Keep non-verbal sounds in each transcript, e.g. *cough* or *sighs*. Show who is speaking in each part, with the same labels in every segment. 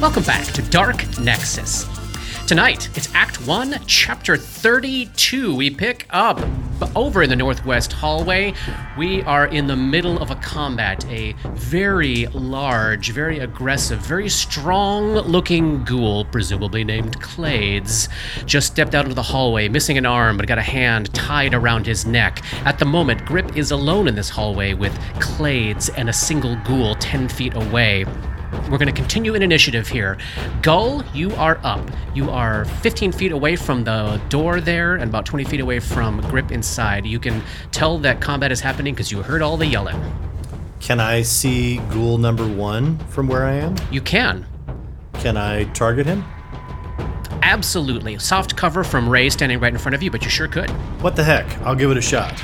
Speaker 1: Welcome back to Dark Nexus. Tonight, it's Act 1, Chapter 32. We pick up over in the northwest hallway. We are in the middle of a combat. A very large, very aggressive, very strong looking ghoul, presumably named Clades, just stepped out into the hallway, missing an arm, but got a hand tied around his neck. At the moment, Grip is alone in this hallway with Clades and a single ghoul 10 feet away. We're going to continue an initiative here. Gull, you are up. You are 15 feet away from the door there and about 20 feet away from Grip inside. You can tell that combat is happening because you heard all the yelling.
Speaker 2: Can I see ghoul number one from where I am?
Speaker 1: You can.
Speaker 2: Can I target him?
Speaker 1: Absolutely. Soft cover from Ray standing right in front of you, but you sure could.
Speaker 2: What the heck? I'll give it a shot.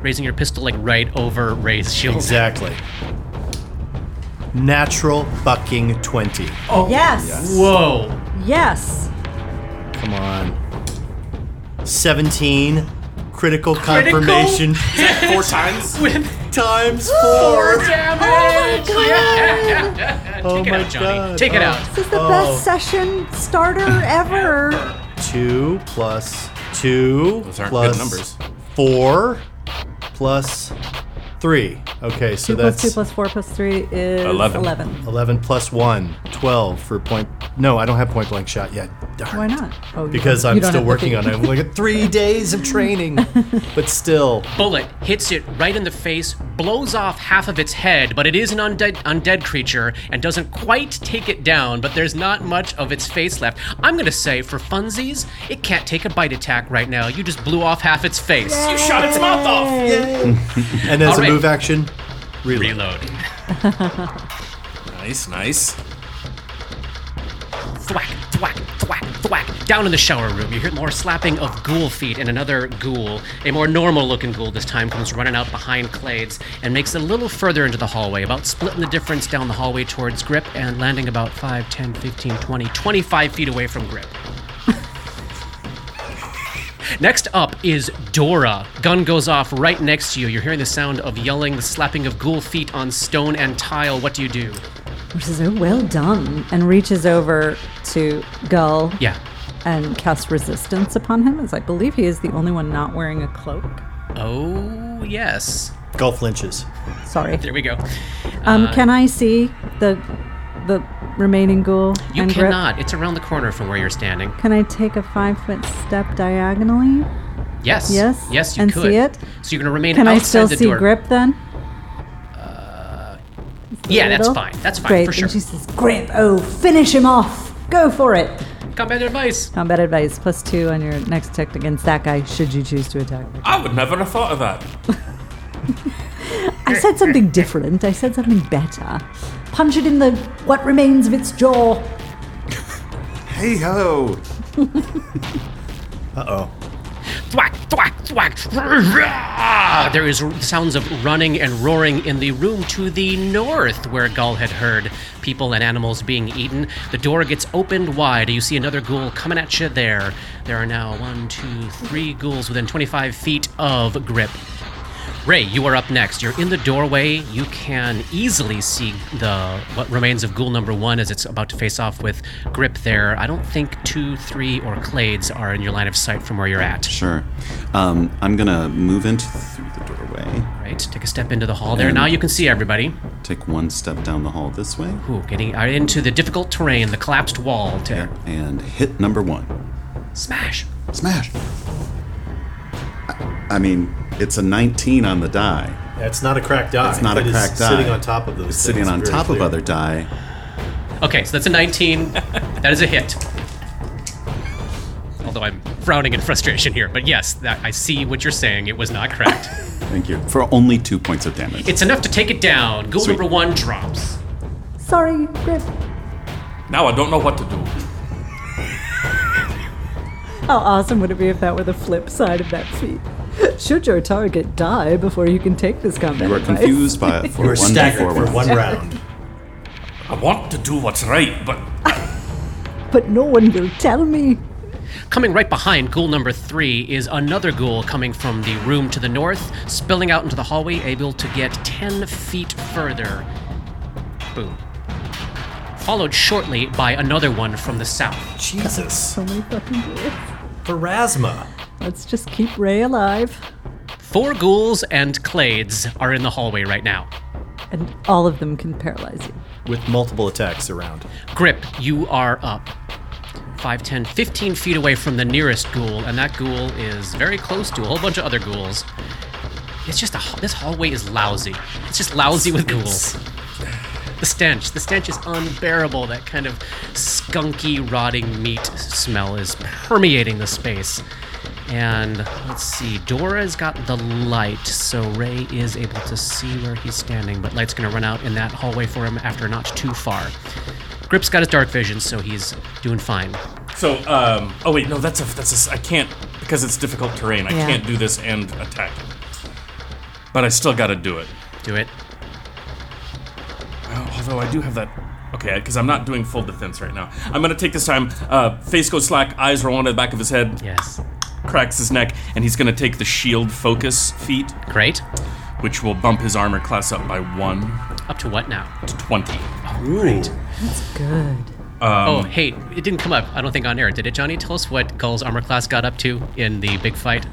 Speaker 1: Raising your pistol like right over Ray's shield.
Speaker 2: Exactly. Natural fucking 20.
Speaker 1: Oh,
Speaker 3: Yes.
Speaker 1: Whoa.
Speaker 3: Yes.
Speaker 2: Come on. 17.
Speaker 1: Critical?
Speaker 2: Critical, confirmation
Speaker 4: Four times?
Speaker 1: With
Speaker 2: times four.
Speaker 1: damage.
Speaker 3: Oh my
Speaker 1: Yeah. Take
Speaker 2: Oh
Speaker 1: it
Speaker 2: my
Speaker 1: out, Johnny.
Speaker 2: God.
Speaker 1: Take it
Speaker 2: Oh.
Speaker 1: out.
Speaker 3: This is the
Speaker 2: Oh.
Speaker 3: best session starter ever.
Speaker 2: Two plus two
Speaker 4: Those aren't good
Speaker 2: plus
Speaker 4: numbers.
Speaker 2: four plus three. Okay, so
Speaker 3: two
Speaker 2: *laughs* that's
Speaker 3: plus two plus four plus three is
Speaker 4: Eleven.
Speaker 3: 11.
Speaker 2: 11 plus 1, 12 for point. No, I don't have point blank shot yet. Darn.
Speaker 3: Why not? Oh, you-
Speaker 2: Because
Speaker 3: you
Speaker 2: I'm
Speaker 3: don't
Speaker 2: still
Speaker 3: have the
Speaker 2: working on it.
Speaker 3: thing.
Speaker 2: I'm like
Speaker 3: *laughs*
Speaker 2: at three days of training, but still.
Speaker 1: bullet hits it right in the face, blows off half of its head, but it is an undead, undead creature and doesn't quite take it down, but there's not much of its face left. I'm going to say, for funsies, it can't take a bite attack right now. You just blew off half its face.
Speaker 4: You shot its mouth off!
Speaker 2: And as
Speaker 1: All
Speaker 2: a
Speaker 1: right.
Speaker 2: move action, reload.
Speaker 1: Reload.
Speaker 4: Nice, nice.
Speaker 1: Thwack, thwack, thwack, thwack. Down in the shower room, you hear more slapping of ghoul feet and another ghoul, a more normal looking ghoul this time, comes running out behind Clades and makes it a little further into the hallway, about splitting the difference down the hallway towards Grip and landing about 5, 10, 15, 20, 25 feet away from Grip. *laughs* Next up is Dora. Gun goes off right next to you. You're hearing the sound of yelling, the slapping of ghoul feet on stone and tile. What do you do?
Speaker 3: She says, oh, well done. And reaches over to Gull
Speaker 1: Yeah.
Speaker 3: and casts resistance upon him, as I believe he is the only one not wearing a cloak.
Speaker 1: Oh, yes.
Speaker 2: Golf flinches.
Speaker 3: Sorry.
Speaker 1: There we go.
Speaker 3: Um, can I see the the remaining ghoul?
Speaker 1: You
Speaker 3: and grip?
Speaker 1: cannot. It's around the corner from where you're standing.
Speaker 3: Can I take a five foot step diagonally?
Speaker 1: Yes.
Speaker 3: Yes?
Speaker 1: Yes, you
Speaker 3: And
Speaker 1: could.
Speaker 3: see it?
Speaker 1: So you're going to remain
Speaker 3: Can I
Speaker 1: outside
Speaker 3: still
Speaker 1: the
Speaker 3: see
Speaker 1: door.
Speaker 3: grip then?
Speaker 1: Yeah, that's
Speaker 3: Middle?
Speaker 1: fine. That's fine
Speaker 3: Great.
Speaker 1: for sure.
Speaker 3: And she says, grip. Oh, finish him off. Go for it.
Speaker 1: Combat advice.
Speaker 3: Combat advice plus two on your next attack against that guy, should you choose to attack.
Speaker 4: I would never have thought of that.
Speaker 3: I said something different. I said something better. Punch it in the what remains of its jaw.
Speaker 5: Hey, hello.
Speaker 2: Uh oh.
Speaker 1: Thwack, thwack, thwack. There is sounds of running and roaring in the room to the north where Gull had heard people and animals being eaten. The door gets opened wide. You see another ghoul coming at you there. There are now one, two, three ghouls within 25 feet of Grip. Ray, you are up next. You're in the doorway. You can easily see the what remains of ghoul number one as it's about to face off with Grip there. I don't think two, three, or Clades are in your line of sight from where you're at.
Speaker 5: Sure. Um, I'm gonna move into through the doorway.
Speaker 1: Right, take a step into the hall there.
Speaker 5: And-
Speaker 1: Now you can see everybody.
Speaker 5: Take one step down the hall this way.
Speaker 1: Ooh, getting out into the difficult terrain, the collapsed wall to
Speaker 5: And hit number one.
Speaker 1: smash.
Speaker 5: Smash. I, I mean, it's a 19 on the die.
Speaker 2: That's not a cracked die.
Speaker 5: It's not
Speaker 2: It
Speaker 5: a
Speaker 2: is
Speaker 5: cracked die.
Speaker 2: Sitting on top of those.
Speaker 5: It's sitting
Speaker 2: things,
Speaker 5: on
Speaker 2: very
Speaker 5: top of
Speaker 2: clear.
Speaker 5: other die.
Speaker 1: Okay, so that's a 19. that is a hit. Although I'm frowning in frustration here, but yes, that, I see what you're saying. It was not correct.
Speaker 5: Thank you. For only two points of damage.
Speaker 1: it's enough to take it down. Ghoul
Speaker 5: Sweet.
Speaker 1: number one drops.
Speaker 3: Sorry, grip.
Speaker 4: Now I don't know what to do.
Speaker 3: How awesome would it be if that were the flip side of that feat? Should your target die before you can take this combat
Speaker 5: you are
Speaker 3: advice?
Speaker 5: confused by it for
Speaker 2: We're
Speaker 5: one
Speaker 2: staggered
Speaker 5: forward.
Speaker 2: for
Speaker 5: *laughs*
Speaker 2: one round.
Speaker 4: I want to do what's right, but
Speaker 3: *laughs* But no one will tell me.
Speaker 1: Coming right behind ghoul number three is another ghoul coming from the room to the north, spilling out into the hallway, able to get 10 feet further. Boom. followed shortly by another one from the south.
Speaker 6: Jesus.
Speaker 3: So many fucking ghouls.
Speaker 6: Pharasma.
Speaker 3: Let's just keep Ray alive.
Speaker 1: Four ghouls and clades are in the hallway right now.
Speaker 3: And all of them can paralyze you.
Speaker 2: with multiple attacks around.
Speaker 1: Grip, you are up. 5, 10, 15 feet away from the nearest ghoul, and that ghoul is very close to a whole bunch of other ghouls. It's just a. This hallway is lousy. It's just lousy with ghouls. The stench. The stench is unbearable. That kind of skunky, rotting meat smell is permeating the space. And let's see. Dora's got the light, so Ray is able to see where he's standing, but light's gonna run out in that hallway for him after not too far. Grip's got his dark vision, so he's doing fine.
Speaker 4: So, um, oh wait, no, that's a that's a s- I can't because it's difficult terrain. I
Speaker 3: Yeah.
Speaker 4: can't do this and attack it. But I still got to do it.
Speaker 1: Do it.
Speaker 4: Oh, although I do have that. Okay, because I'm not doing full defense right now. I'm gonna take this time. Uh, face goes slack, eyes roll onto the back of his head,
Speaker 1: Yes.
Speaker 4: cracks his neck, and he's gonna take the shield focus feat,
Speaker 1: Great.
Speaker 4: which will bump his armor class up by one
Speaker 1: Up to what now?
Speaker 4: to twenty.
Speaker 5: Ooh.
Speaker 3: Good.
Speaker 1: oh, hey, it didn't come up, I don't think, on air, did it, Johnny? Tell us what Gull's armor class got up to in the big fight.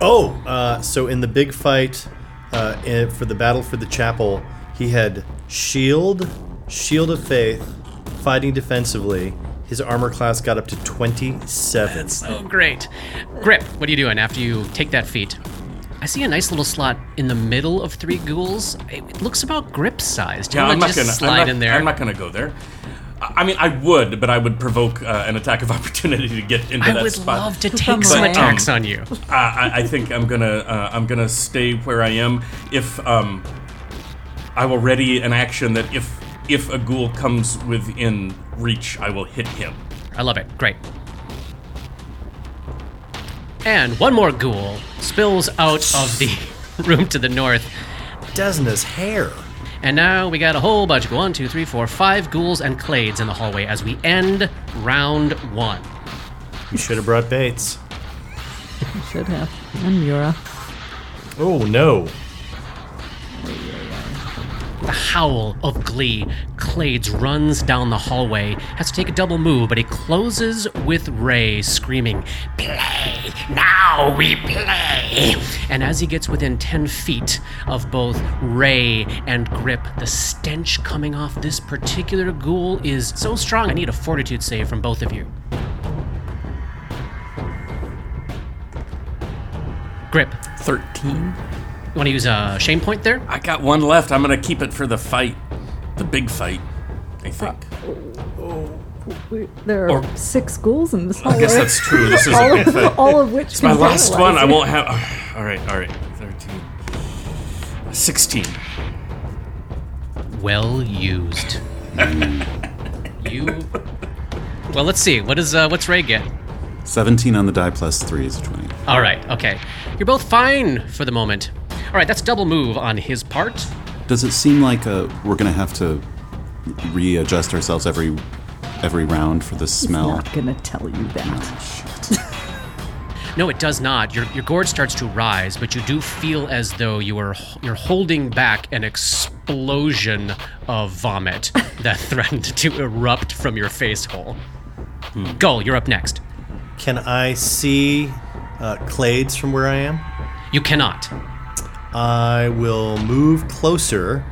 Speaker 2: Oh, uh, so in the big fight uh, in, for the battle for the chapel, he had shield, shield of faith, fighting defensively. His armor class got up to twenty-seven.
Speaker 1: Oh, great. Grip, what are you doing after you take that feat? I see a nice little slot in the middle of three ghouls. It, it looks about grip sized. Do you
Speaker 4: Yeah, I'm
Speaker 1: wanna
Speaker 4: not
Speaker 1: just
Speaker 4: gonna
Speaker 1: slide
Speaker 4: I'm not,
Speaker 1: in there?
Speaker 4: I'm not gonna go there. I I mean, I would, but I would provoke uh, an attack of *laughs* opportunity to get into
Speaker 1: I
Speaker 4: that
Speaker 1: would
Speaker 4: spot. Uh,
Speaker 1: love to
Speaker 3: Come
Speaker 1: take some
Speaker 3: on.
Speaker 1: attacks on you.
Speaker 4: I, I- I think I'm gonna uh, I'm gonna stay where I am. If um, I will ready an action that if if a ghoul comes within reach, I will hit him.
Speaker 1: I love it. Great. And one more ghoul spills out of the *laughs* room to the north.
Speaker 2: Desna's hair.
Speaker 1: And now we got a whole bunch. One, two, three, four, five ghouls and clades in the hallway as we end round one.
Speaker 2: You should have brought Bates.
Speaker 3: Should have. And Mura.
Speaker 2: Oh no.
Speaker 1: The howl of glee. Clades runs down the hallway, has to take a double move, but he closes with Ray screaming, Play! Now we play! And as he gets within 10 feet of both Ray and Grip, the stench coming off this particular ghoul is so strong. I need a fortitude save from both of you. Grip, you
Speaker 4: Thirteen.
Speaker 1: want to use a shame point there?
Speaker 4: I got one left. I'm gonna keep it for the fight, the big fight. I think.
Speaker 3: We, there are
Speaker 4: Or-
Speaker 3: six ghouls in this hallway.
Speaker 4: I guess that's true. This is a
Speaker 3: *laughs* all,
Speaker 4: big
Speaker 3: of,
Speaker 4: fight.
Speaker 3: all of which
Speaker 4: It's my
Speaker 3: can
Speaker 4: last one.
Speaker 3: paralyze
Speaker 4: I
Speaker 3: you.
Speaker 4: won't have. *sighs* All right, all right. 13. 16.
Speaker 1: Well
Speaker 2: *laughs*
Speaker 1: used. you. Well, let's see. What is uh, what's Ray get?
Speaker 5: 17 on the die plus 3 is 20.
Speaker 1: All right. Okay. You're both fine for the moment. All right. That's double move on his part.
Speaker 5: Does it seem like uh, we're going to have to readjust ourselves every every round for the smell?
Speaker 3: Not gonna tell you that.
Speaker 1: No, it does not. Your, your gourd starts to rise, but you do feel as though you are h- you're holding back an explosion of
Speaker 2: *laughs*
Speaker 1: vomit that threatened to erupt from your face hole. Gull, you're up next.
Speaker 2: Can I see uh, Clades from where I am?
Speaker 1: You cannot.
Speaker 2: I will move closer.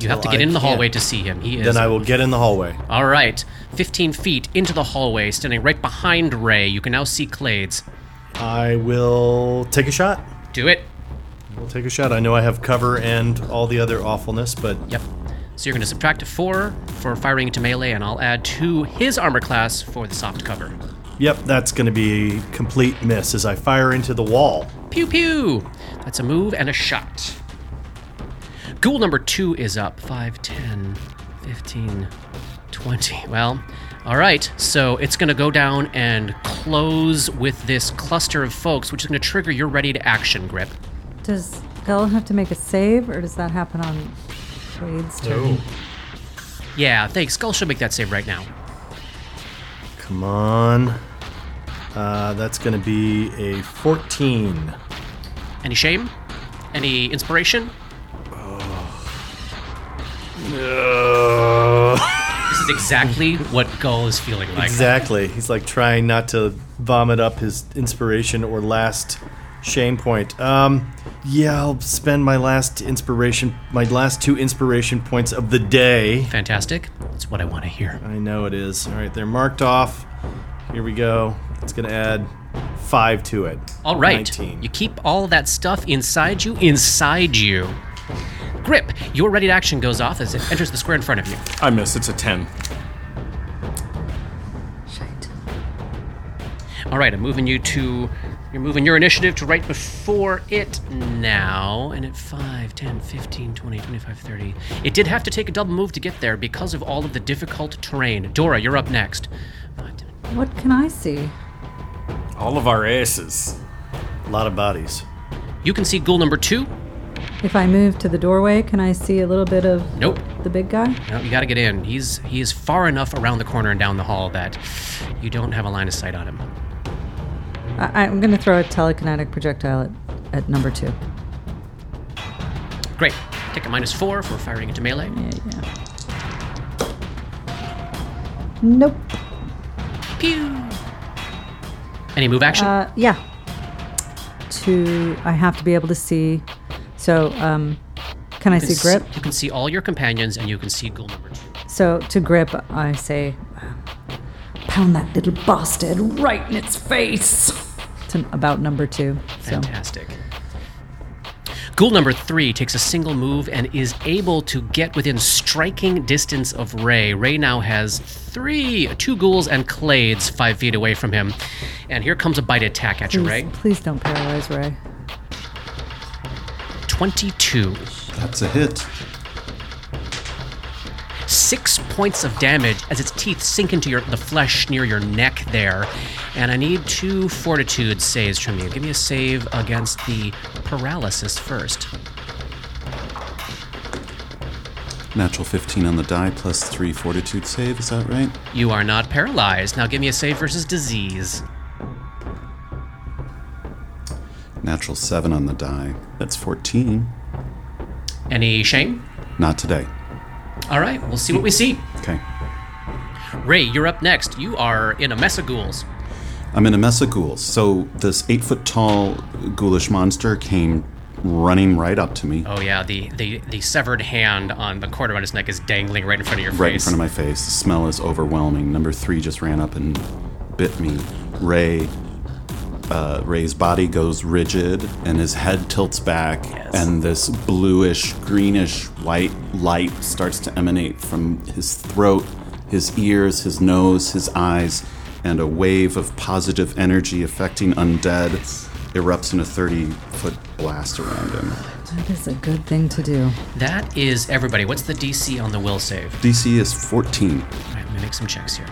Speaker 1: You have to
Speaker 2: Well,
Speaker 1: get
Speaker 2: I
Speaker 1: in the
Speaker 2: can't.
Speaker 1: hallway to see him. He is
Speaker 2: Then I will get in the hallway.
Speaker 1: All right, 15 feet into the hallway, standing right behind Ray. You can now see Clades.
Speaker 2: I will take a shot.
Speaker 1: Do it.
Speaker 2: We'll take a shot. I know I have cover and all the other awfulness, but
Speaker 1: Yep. So you're going to subtract a four for firing into melee, and I'll add to his armor class for the soft cover.
Speaker 2: yep, that's going to be a complete miss as I fire into the wall.
Speaker 1: Pew pew! That's a move and a shot. Ghoul number two is up. 5, 10, 15, 20. Well, all right. So it's going to go down and close with this cluster of folks, which is going to trigger your ready to action grip.
Speaker 3: Does Gull have to make a save, or does that happen on Wade's turn?
Speaker 1: Yeah, thanks. Gull should make that save right now.
Speaker 2: Come on. Uh, that's going to be a 14.
Speaker 1: Any shame? Any inspiration?
Speaker 2: Uh,
Speaker 1: is exactly what Gull is feeling like.
Speaker 2: Exactly. He's like trying not to vomit up his inspiration or last shame point. Um, yeah, I'll spend my last inspiration, my last two inspiration points of the day.
Speaker 1: Fantastic. That's what I want to hear.
Speaker 2: I know it is. All right, they're marked off. Here we go. It's gonna add five to it.
Speaker 1: All right.
Speaker 2: 19.
Speaker 1: You keep all that stuff inside you, inside you. Grip, your ready to action goes off as it enters the square in front of you.
Speaker 4: I miss. It's a 10.
Speaker 3: Shite.
Speaker 1: All right, I'm moving you to. You're moving your initiative to right before it now, and at 5, 10, 15, 20, 25, 30. It did have to take a double move to get there because of all of the difficult terrain. Dora, you're up next. Five, 10.
Speaker 3: What can I see?
Speaker 4: All of our asses.
Speaker 2: A lot of bodies.
Speaker 1: You can see ghoul number two.
Speaker 3: If I move to the doorway, can I see a little bit of
Speaker 1: Nope.
Speaker 3: the big guy?
Speaker 1: No, you got to get in. He's he is far enough around the corner and down the hall that you don't have a line of sight on him.
Speaker 3: I- I'm going to throw a telekinetic projectile at, at number two.
Speaker 1: Great. Take a minus four for firing into melee.
Speaker 3: Yeah, yeah. Nope.
Speaker 1: Pew. Any move action?
Speaker 3: Uh, yeah. To I have to be able to see. So um, can I
Speaker 1: You
Speaker 3: see
Speaker 1: can
Speaker 3: grip?
Speaker 1: see- You can see all your companions, and you can see ghoul number two.
Speaker 3: So to grip, I say, pound that little bastard right in its face. To about number two. So
Speaker 1: Fantastic. Ghoul number three takes a single move and is able to get within striking distance of Ray. Ray now has three, two ghouls and clades five feet away from him. And here comes a bite attack at you,
Speaker 3: please,
Speaker 1: Ray.
Speaker 3: please don't paralyze Ray.
Speaker 1: 22.
Speaker 5: That's a hit.
Speaker 1: Six points of damage as its teeth sink into your, the flesh near your neck there. And I need two fortitude saves from you. Give me a save against the paralysis first.
Speaker 5: Natural 15 on the die plus 3 fortitude save, is that right?
Speaker 1: You are not paralyzed. Now give me a save versus disease.
Speaker 5: Natural 7 on the die. That's 14.
Speaker 1: Any shame?
Speaker 5: Not today.
Speaker 1: All right, we'll see what we see.
Speaker 5: Okay.
Speaker 1: Ray, you're up next. You are in a mess of ghouls.
Speaker 5: I'm in a mess of ghouls. So this 8 foot tall ghoulish monster came running right up to me.
Speaker 1: Oh yeah, the the, the severed hand on the cord around his neck is dangling right in front of your
Speaker 5: right in
Speaker 1: face.
Speaker 5: front of my face. The smell is overwhelming. Number three just ran up and bit me. Ray, uh, Ray's body goes rigid and his head tilts back, and this bluish, greenish, white light starts to emanate from his throat, his ears, his nose, his eyes, and a wave of positive energy affecting undead erupts in a 30 foot blast around him.
Speaker 3: That is a good thing to do.
Speaker 1: that is everybody. What's the DC on the will save?
Speaker 5: DC is 14.
Speaker 1: All right, let me make some checks here.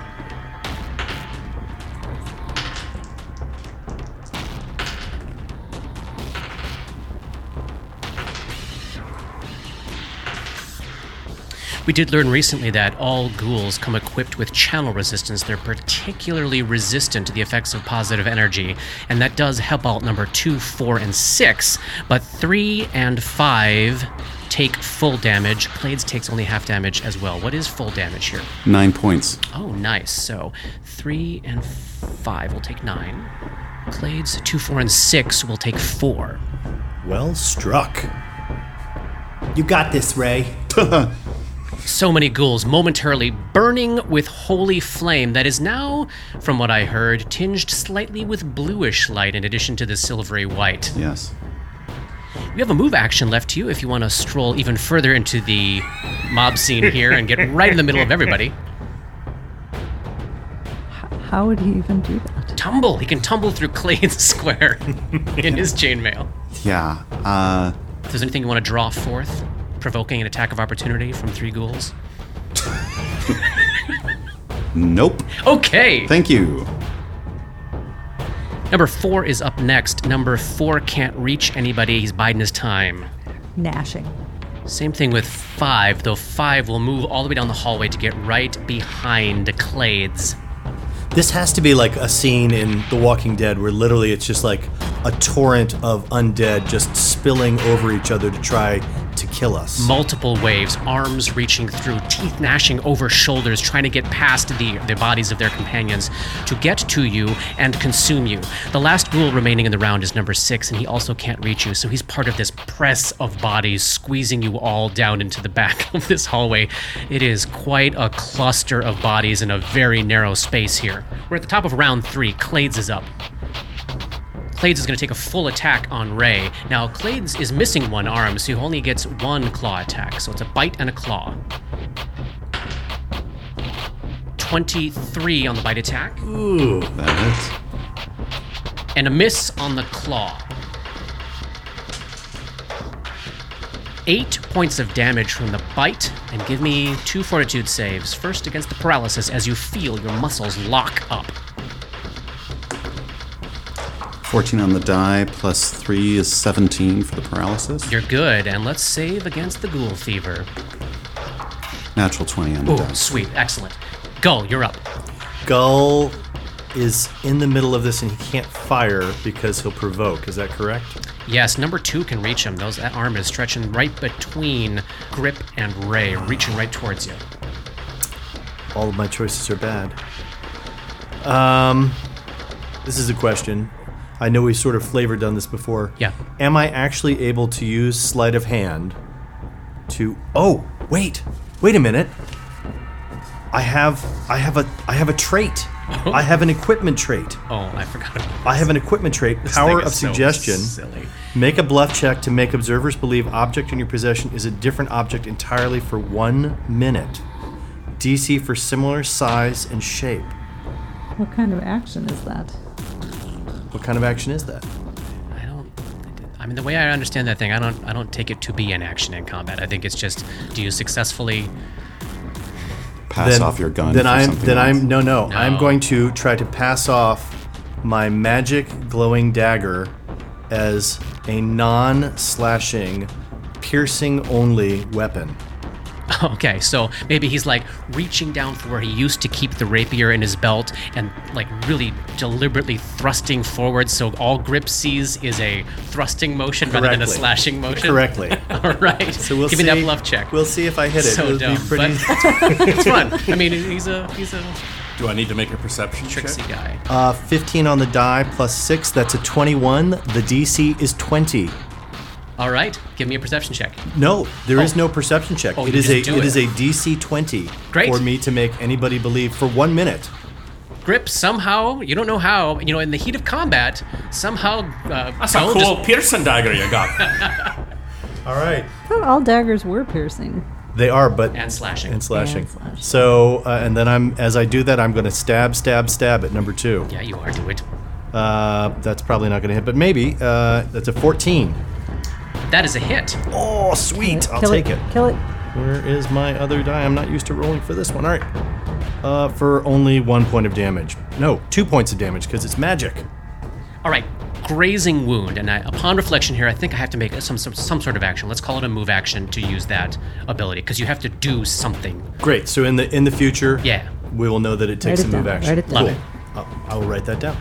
Speaker 1: We did learn recently that all ghouls come equipped with channel resistance. They're particularly resistant to the effects of positive energy, and that does help out number two, four, and six. But three and five take full damage. Clades takes only half damage as well. What is full damage here?
Speaker 5: Nine points.
Speaker 1: Oh, nice. So three and five will take nine. Clades two, four, and six will take four.
Speaker 2: Well struck.
Speaker 6: You got this, Ray.
Speaker 2: *laughs*
Speaker 1: So many ghouls momentarily burning with holy flame that is now, from what I heard, tinged slightly with bluish light in addition to the silvery white.
Speaker 5: Yes.
Speaker 1: You have a move action left to you if you want to stroll even further into the mob scene here and get right in the middle of everybody.
Speaker 3: How would he even do that?
Speaker 1: Tumble! He can tumble through Clade's *laughs* square in his chainmail.
Speaker 5: Yeah. Uh,
Speaker 1: If there's anything you want to draw forth, provoking an attack of opportunity from three ghouls.
Speaker 5: nope.
Speaker 1: Okay!
Speaker 5: Thank you.
Speaker 1: Number four is up next. Number four can't reach anybody, he's biding his time.
Speaker 3: Gnashing.
Speaker 1: Same thing with five, though five will move all the way down the hallway to get right behind Clades.
Speaker 2: This has to be like a scene in The Walking Dead where literally it's just like a torrent of undead just spilling over each other to try to kill us.
Speaker 1: Multiple waves, arms reaching through, teeth gnashing over shoulders, trying to get past the, the bodies of their companions to get to you and consume you. The last ghoul remaining in the round is number six, and he also can't reach you, so he's part of this press of bodies squeezing you all down into the back *laughs* of this hallway. It is quite a cluster of bodies in a very narrow space here. We're at the top of round three. Clades is up. Clades is going to take a full attack on Ray. Now, Clades is missing one arm, so he only gets one claw attack. So it's a bite and a claw. 23 on the bite attack,
Speaker 5: That hits.
Speaker 1: and a miss on the claw. Eight points of damage from the bite, and give me two fortitude saves. First against the paralysis as you feel your muscles lock up.
Speaker 5: 14 on the die plus 3 is 17 for the paralysis.
Speaker 1: You're good, and let's save against the ghoul fever.
Speaker 5: Natural 20 on the
Speaker 1: Ooh,
Speaker 5: die.
Speaker 1: sweet, excellent. Gull, you're up.
Speaker 2: Gull is in the middle of this and he can't fire because he'll provoke. Is that correct?
Speaker 1: Yes, number two can reach him. Those that arm is stretching right between Grip and Ray, reaching right towards you.
Speaker 2: All of my choices are bad. Um, this is a question. I know we've sort of flavored done this before.
Speaker 1: Yeah.
Speaker 2: Am I actually able to use sleight of hand to? Oh, wait, wait a minute. I have, I have a, I have a trait. I have an equipment trait.
Speaker 1: Oh, I forgot. About
Speaker 2: I have an equipment trait, power
Speaker 1: thing
Speaker 2: of
Speaker 1: is so
Speaker 2: suggestion.
Speaker 1: silly.
Speaker 2: Make a bluff check to make observers believe object in your possession is a different object entirely for one minute. DC for similar size and shape.
Speaker 3: What kind of action is that?
Speaker 2: What kind of action is that?
Speaker 1: I don't. I mean, the way I understand that thing, I don't. I don't take it to be an action in combat. I think it's just, do you successfully?
Speaker 5: Pass off your gun.
Speaker 2: Then
Speaker 5: for
Speaker 2: I'm.
Speaker 5: something
Speaker 2: Then
Speaker 5: else.
Speaker 2: I'm. No, no, I'm
Speaker 1: No.
Speaker 2: going to try to pass off my magic glowing dagger as a non-slashing, piercing-only
Speaker 1: *laughs*
Speaker 2: weapon.
Speaker 1: Okay, so maybe he's like reaching down for where he used to keep the rapier in his belt, and like really deliberately thrusting forward. So all Grip sees is a thrusting motion rather than a
Speaker 2: Correctly.
Speaker 1: slashing motion.
Speaker 2: Correctly.
Speaker 1: *laughs* All right.
Speaker 2: So we'll
Speaker 1: give
Speaker 2: see.
Speaker 1: me that bluff check.
Speaker 2: We'll see if I hit it.
Speaker 1: so
Speaker 2: It'll
Speaker 1: dumb,
Speaker 2: be pretty.
Speaker 1: but *laughs* it's
Speaker 2: *laughs*
Speaker 1: fun. I mean, he's a he's a
Speaker 4: Do I need to make a perception
Speaker 1: tricksy
Speaker 4: check?
Speaker 1: guy.
Speaker 2: Uh, 15 on the die plus 6, that's a 21. The DC is 20.
Speaker 1: All right, give me a perception check.
Speaker 2: No, there is no perception check.
Speaker 1: Oh,
Speaker 2: it
Speaker 1: you
Speaker 2: is a
Speaker 1: just do it.
Speaker 2: it is a DC 20
Speaker 1: Great.
Speaker 2: for me to make anybody believe for 1 minute.
Speaker 1: Grip somehow you don't know how you know in the heat of combat somehow. Uh,
Speaker 4: That's a
Speaker 1: Bone
Speaker 4: cool
Speaker 1: just-
Speaker 4: Pearson dagger you got. *laughs*
Speaker 2: All right.
Speaker 3: I thought all daggers were piercing.
Speaker 2: They are but
Speaker 1: And slashing.
Speaker 2: And slashing.
Speaker 3: And slashing.
Speaker 2: So, uh, and then I'm as I do that, I'm going to stab stab stab at number 2.
Speaker 1: yeah, you are. Do it.
Speaker 2: Uh, that's probably not going to hit, but maybe uh, that's a 14.
Speaker 1: That is a hit.
Speaker 2: Oh, sweet. I'll
Speaker 3: Kill
Speaker 2: take it.
Speaker 3: Kill it.
Speaker 2: Where is my other die? I'm not used to rolling for this one. All right. Uh, for only one point of damage. No, two points of damage because it's magic.
Speaker 1: All right, grazing wound. And I, upon reflection here, I think I have to make some, some some sort of action. Let's call it a move action to use that ability because you have to do something.
Speaker 2: Great. So in the in the future,
Speaker 1: Yeah.
Speaker 2: we will know that it
Speaker 3: Write
Speaker 2: takes
Speaker 3: it
Speaker 2: a move
Speaker 3: down,
Speaker 2: action.
Speaker 3: write it down. Love
Speaker 2: Cool. I'll- I will write that down.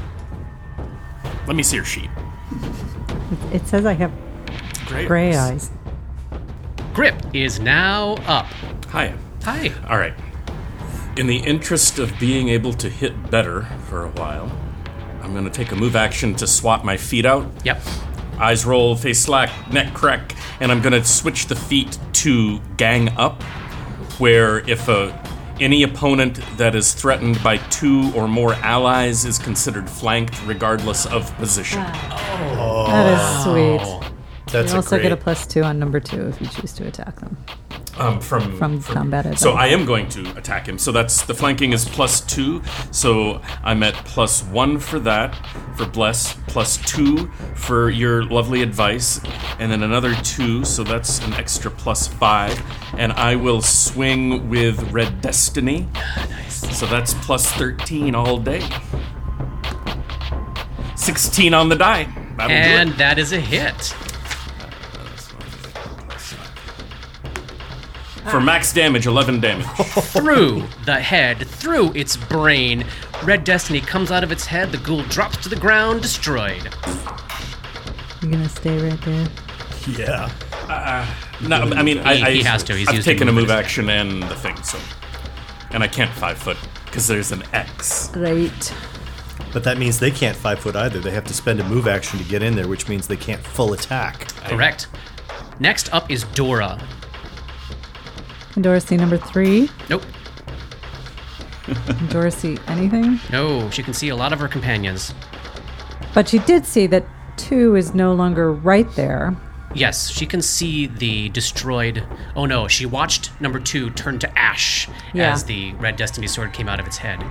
Speaker 4: Let me see your sheet.
Speaker 3: It says I have
Speaker 4: Great.
Speaker 3: gray eyes.
Speaker 1: Grip is now up.
Speaker 4: Hi.
Speaker 1: Hi.
Speaker 4: All right. In the interest of being able to hit better for a while, I'm going to take a move action to swap my feet out.
Speaker 1: Yep.
Speaker 4: Eyes roll, face slack, neck crack, and I'm going to switch the feet to gang up, where if a any opponent that is threatened by two or more allies is considered flanked regardless of position.
Speaker 3: That
Speaker 2: Oh.
Speaker 3: is sweet.
Speaker 2: That's a
Speaker 3: You also
Speaker 2: great.
Speaker 3: get a plus two on number two if you choose to attack them
Speaker 4: Um, from
Speaker 3: from combat. at
Speaker 4: So
Speaker 3: them.
Speaker 4: I am going to attack him. So that's the flanking is plus two. So I'm at plus one for that, for bless, plus two for your lovely advice, and then another two. So that's an extra plus five. And I will swing with Red Destiny. Nice. So that's plus 13 all day. 16 on the die. That'll do it.
Speaker 1: And that is a hit.
Speaker 4: for max damage, 11 damage.
Speaker 1: through the head, through its brain. Red Destiny comes out of its head, the ghoul drops to the ground, destroyed.
Speaker 3: You're gonna stay right there.
Speaker 2: Yeah.
Speaker 4: No, I mean, I, I,
Speaker 1: He- he has to. He's
Speaker 4: I've
Speaker 1: used to
Speaker 4: taken a
Speaker 1: move
Speaker 4: move
Speaker 1: his-
Speaker 4: action and the thing, so. And I can't five foot because there's an X.
Speaker 3: Right.
Speaker 2: But that means they can't five foot either. They have to spend a move action to get in there, which means they can't full attack. *laughs*
Speaker 1: Correct. Next up is Dora.
Speaker 3: Can Dora see number three?
Speaker 1: Nope.
Speaker 3: Can Dora see anything?
Speaker 1: No, she can see a lot of her companions.
Speaker 3: But she did see that two is no longer right there.
Speaker 1: Yes, she can see the destroyed. Oh no, she watched number two turn to ash
Speaker 3: Yeah.
Speaker 1: as the red destiny sword came out of its head.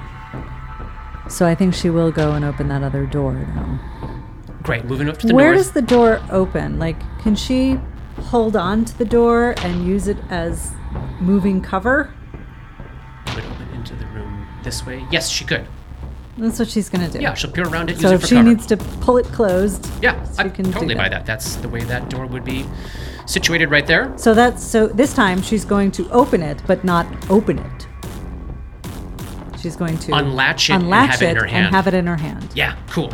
Speaker 3: So I think she will go and open that other door now.
Speaker 1: Great, moving up to the
Speaker 3: Where
Speaker 1: north.
Speaker 3: does the door open? Like, can she hold on to the door and use it as moving cover?
Speaker 1: Would open into the room this way. Yes, she could.
Speaker 3: That's what she's gonna do.
Speaker 1: Yeah, she'll peer around it.
Speaker 3: so
Speaker 1: use
Speaker 3: if
Speaker 1: it for
Speaker 3: she
Speaker 1: cover.
Speaker 3: needs to pull it closed.
Speaker 1: yeah,
Speaker 3: she
Speaker 1: I
Speaker 3: can do
Speaker 1: totally buy that. That's the way that door would be situated right there.
Speaker 3: So that's so this time she's going to open it, but not open it. She's going to
Speaker 1: Unlatch it and
Speaker 3: unlatch
Speaker 1: have it in her hand.
Speaker 3: and have it in her hand.
Speaker 1: Yeah, cool.